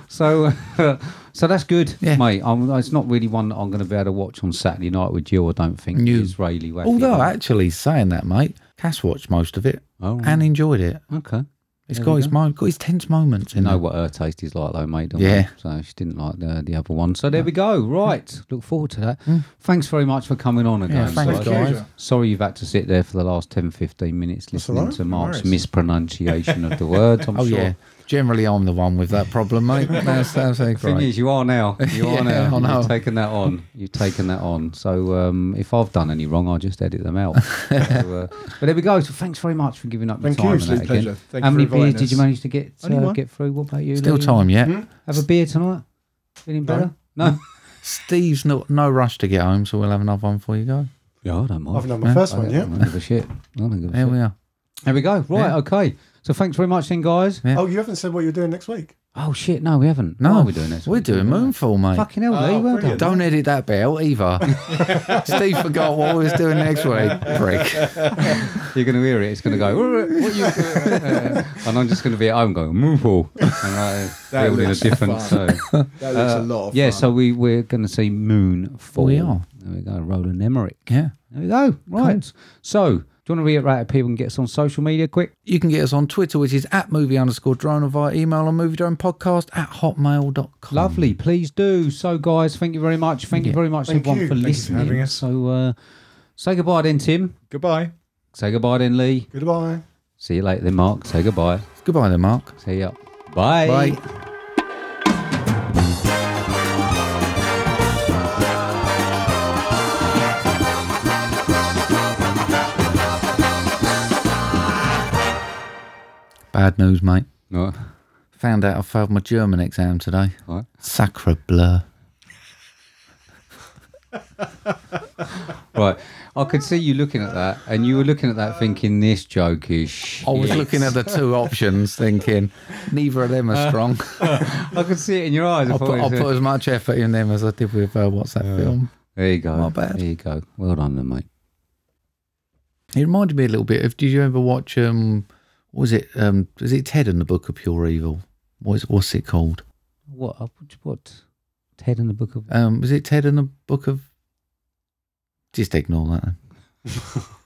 So, so that's good,
Yeah.
mate. I'm, it's not really one that I'm going to be able to watch on Saturday night with you. I don't think
No.
Israeli. Wacky
Although,
one.
actually, saying that, mate, Cass watched most of it
Oh.
and enjoyed it.
okay,
It's
There
got
we
his
go.
moment, got his tense moments
you
in
know
it.
what her taste is like, though, mate. don't
Yeah.
we? So she didn't like the, the other one. So there we go. Right. Look forward to that.
Mm.
Thanks very much for coming on again.
thanks,
Sorry-
guys.
Pleasure.
Sorry you've had to sit there for the last 10, 15 minutes listening
right.
to
No
Mark's
worries.
mispronunciation of the words. I'm
Oh,
sure.
yeah. Generally, I'm the one with that problem, mate. That's, that's great.
Thing is, you are now. You are
Yeah,
now.
I know.
You've taken that on. You've taken that on. So um, if I've done any wrong, I'll just edit them out. so, uh, but there we go. So thanks very much for giving up your
Thank
time.
you.
and that
Absolute
again.
pleasure. Thank
How
you for
many beers
inviting
did you
us.
manage to get
Only
uh,
one.
get through? What about you?
Still
Lee?
time yet.
Have a beer tonight. Feeling better? No.
Steve's not no rush to get home, so we'll have another one before you go.
Yeah, I don't mind.
I've done my first
I
one,
don't- I
yeah.
don't give a shit. I don't give a
There
shit.
we are.
There we go. Right.
Yeah.
Okay. So thanks very much, then, guys.
Yeah.
Oh, you haven't said what you're doing next week.
Oh shit! No, we haven't.
No,
what are we doing next?
We're
week?
doing Moonfall, mate.
Fucking hell,
Oh,
Lee. Well done.
Don't edit that bit out either. Steve forgot what we was doing next week. Prick.
You're going to hear it. It's going to go, "What are you doing?" and I'm just going to be at home going, move all. And I
That
build in a
looks
different.
fun.
So,
That looks a lot
Uh,
of
yeah,
fun.
so we, we're going to see Moon Fall.
We are.
There we go. Roland Emmerich.
Yeah.
There we go. Right. So, Do you want to reiterate how people can get us on social media quick?
You can get us on Twitter, which is at movie underscore drone, or via email on movie drone podcast at hotmail.com.
Lovely. Please do. So, guys, thank you very much. Thank you very much,
Thank
everyone,
you.
for
Thank you for
listening.
having us.
So, uh, say goodbye then, Tim.
Goodbye.
Say goodbye then, Lee.
Goodbye.
See you later then, Mark. Say goodbye.
Goodbye then, Mark.
See ya. Bye.
Bye. Bad news, mate.
What?
Found out I failed my German exam today.
What?
Sacre bleu.
Right. I could see you looking at that, and you were looking at that thinking, this joke is shit.
I was looking at the two options, thinking neither of them are strong.
I could see it in your eyes.
Uh,
I
I'll,
thought
put,
it
I'll
was-
put as much effort in them as I did with uh, what's that film.
There you go.
Not bad.
There you go. Well done, then, mate.
It reminded me a little bit of. Did you ever watch? Um, what was it? Um, is it Ted and the Book of Pure Evil? What's what's it called?
What? uh, What? Ted and the Book of
Um, was it Ted and the Book of? Just ignore that. then.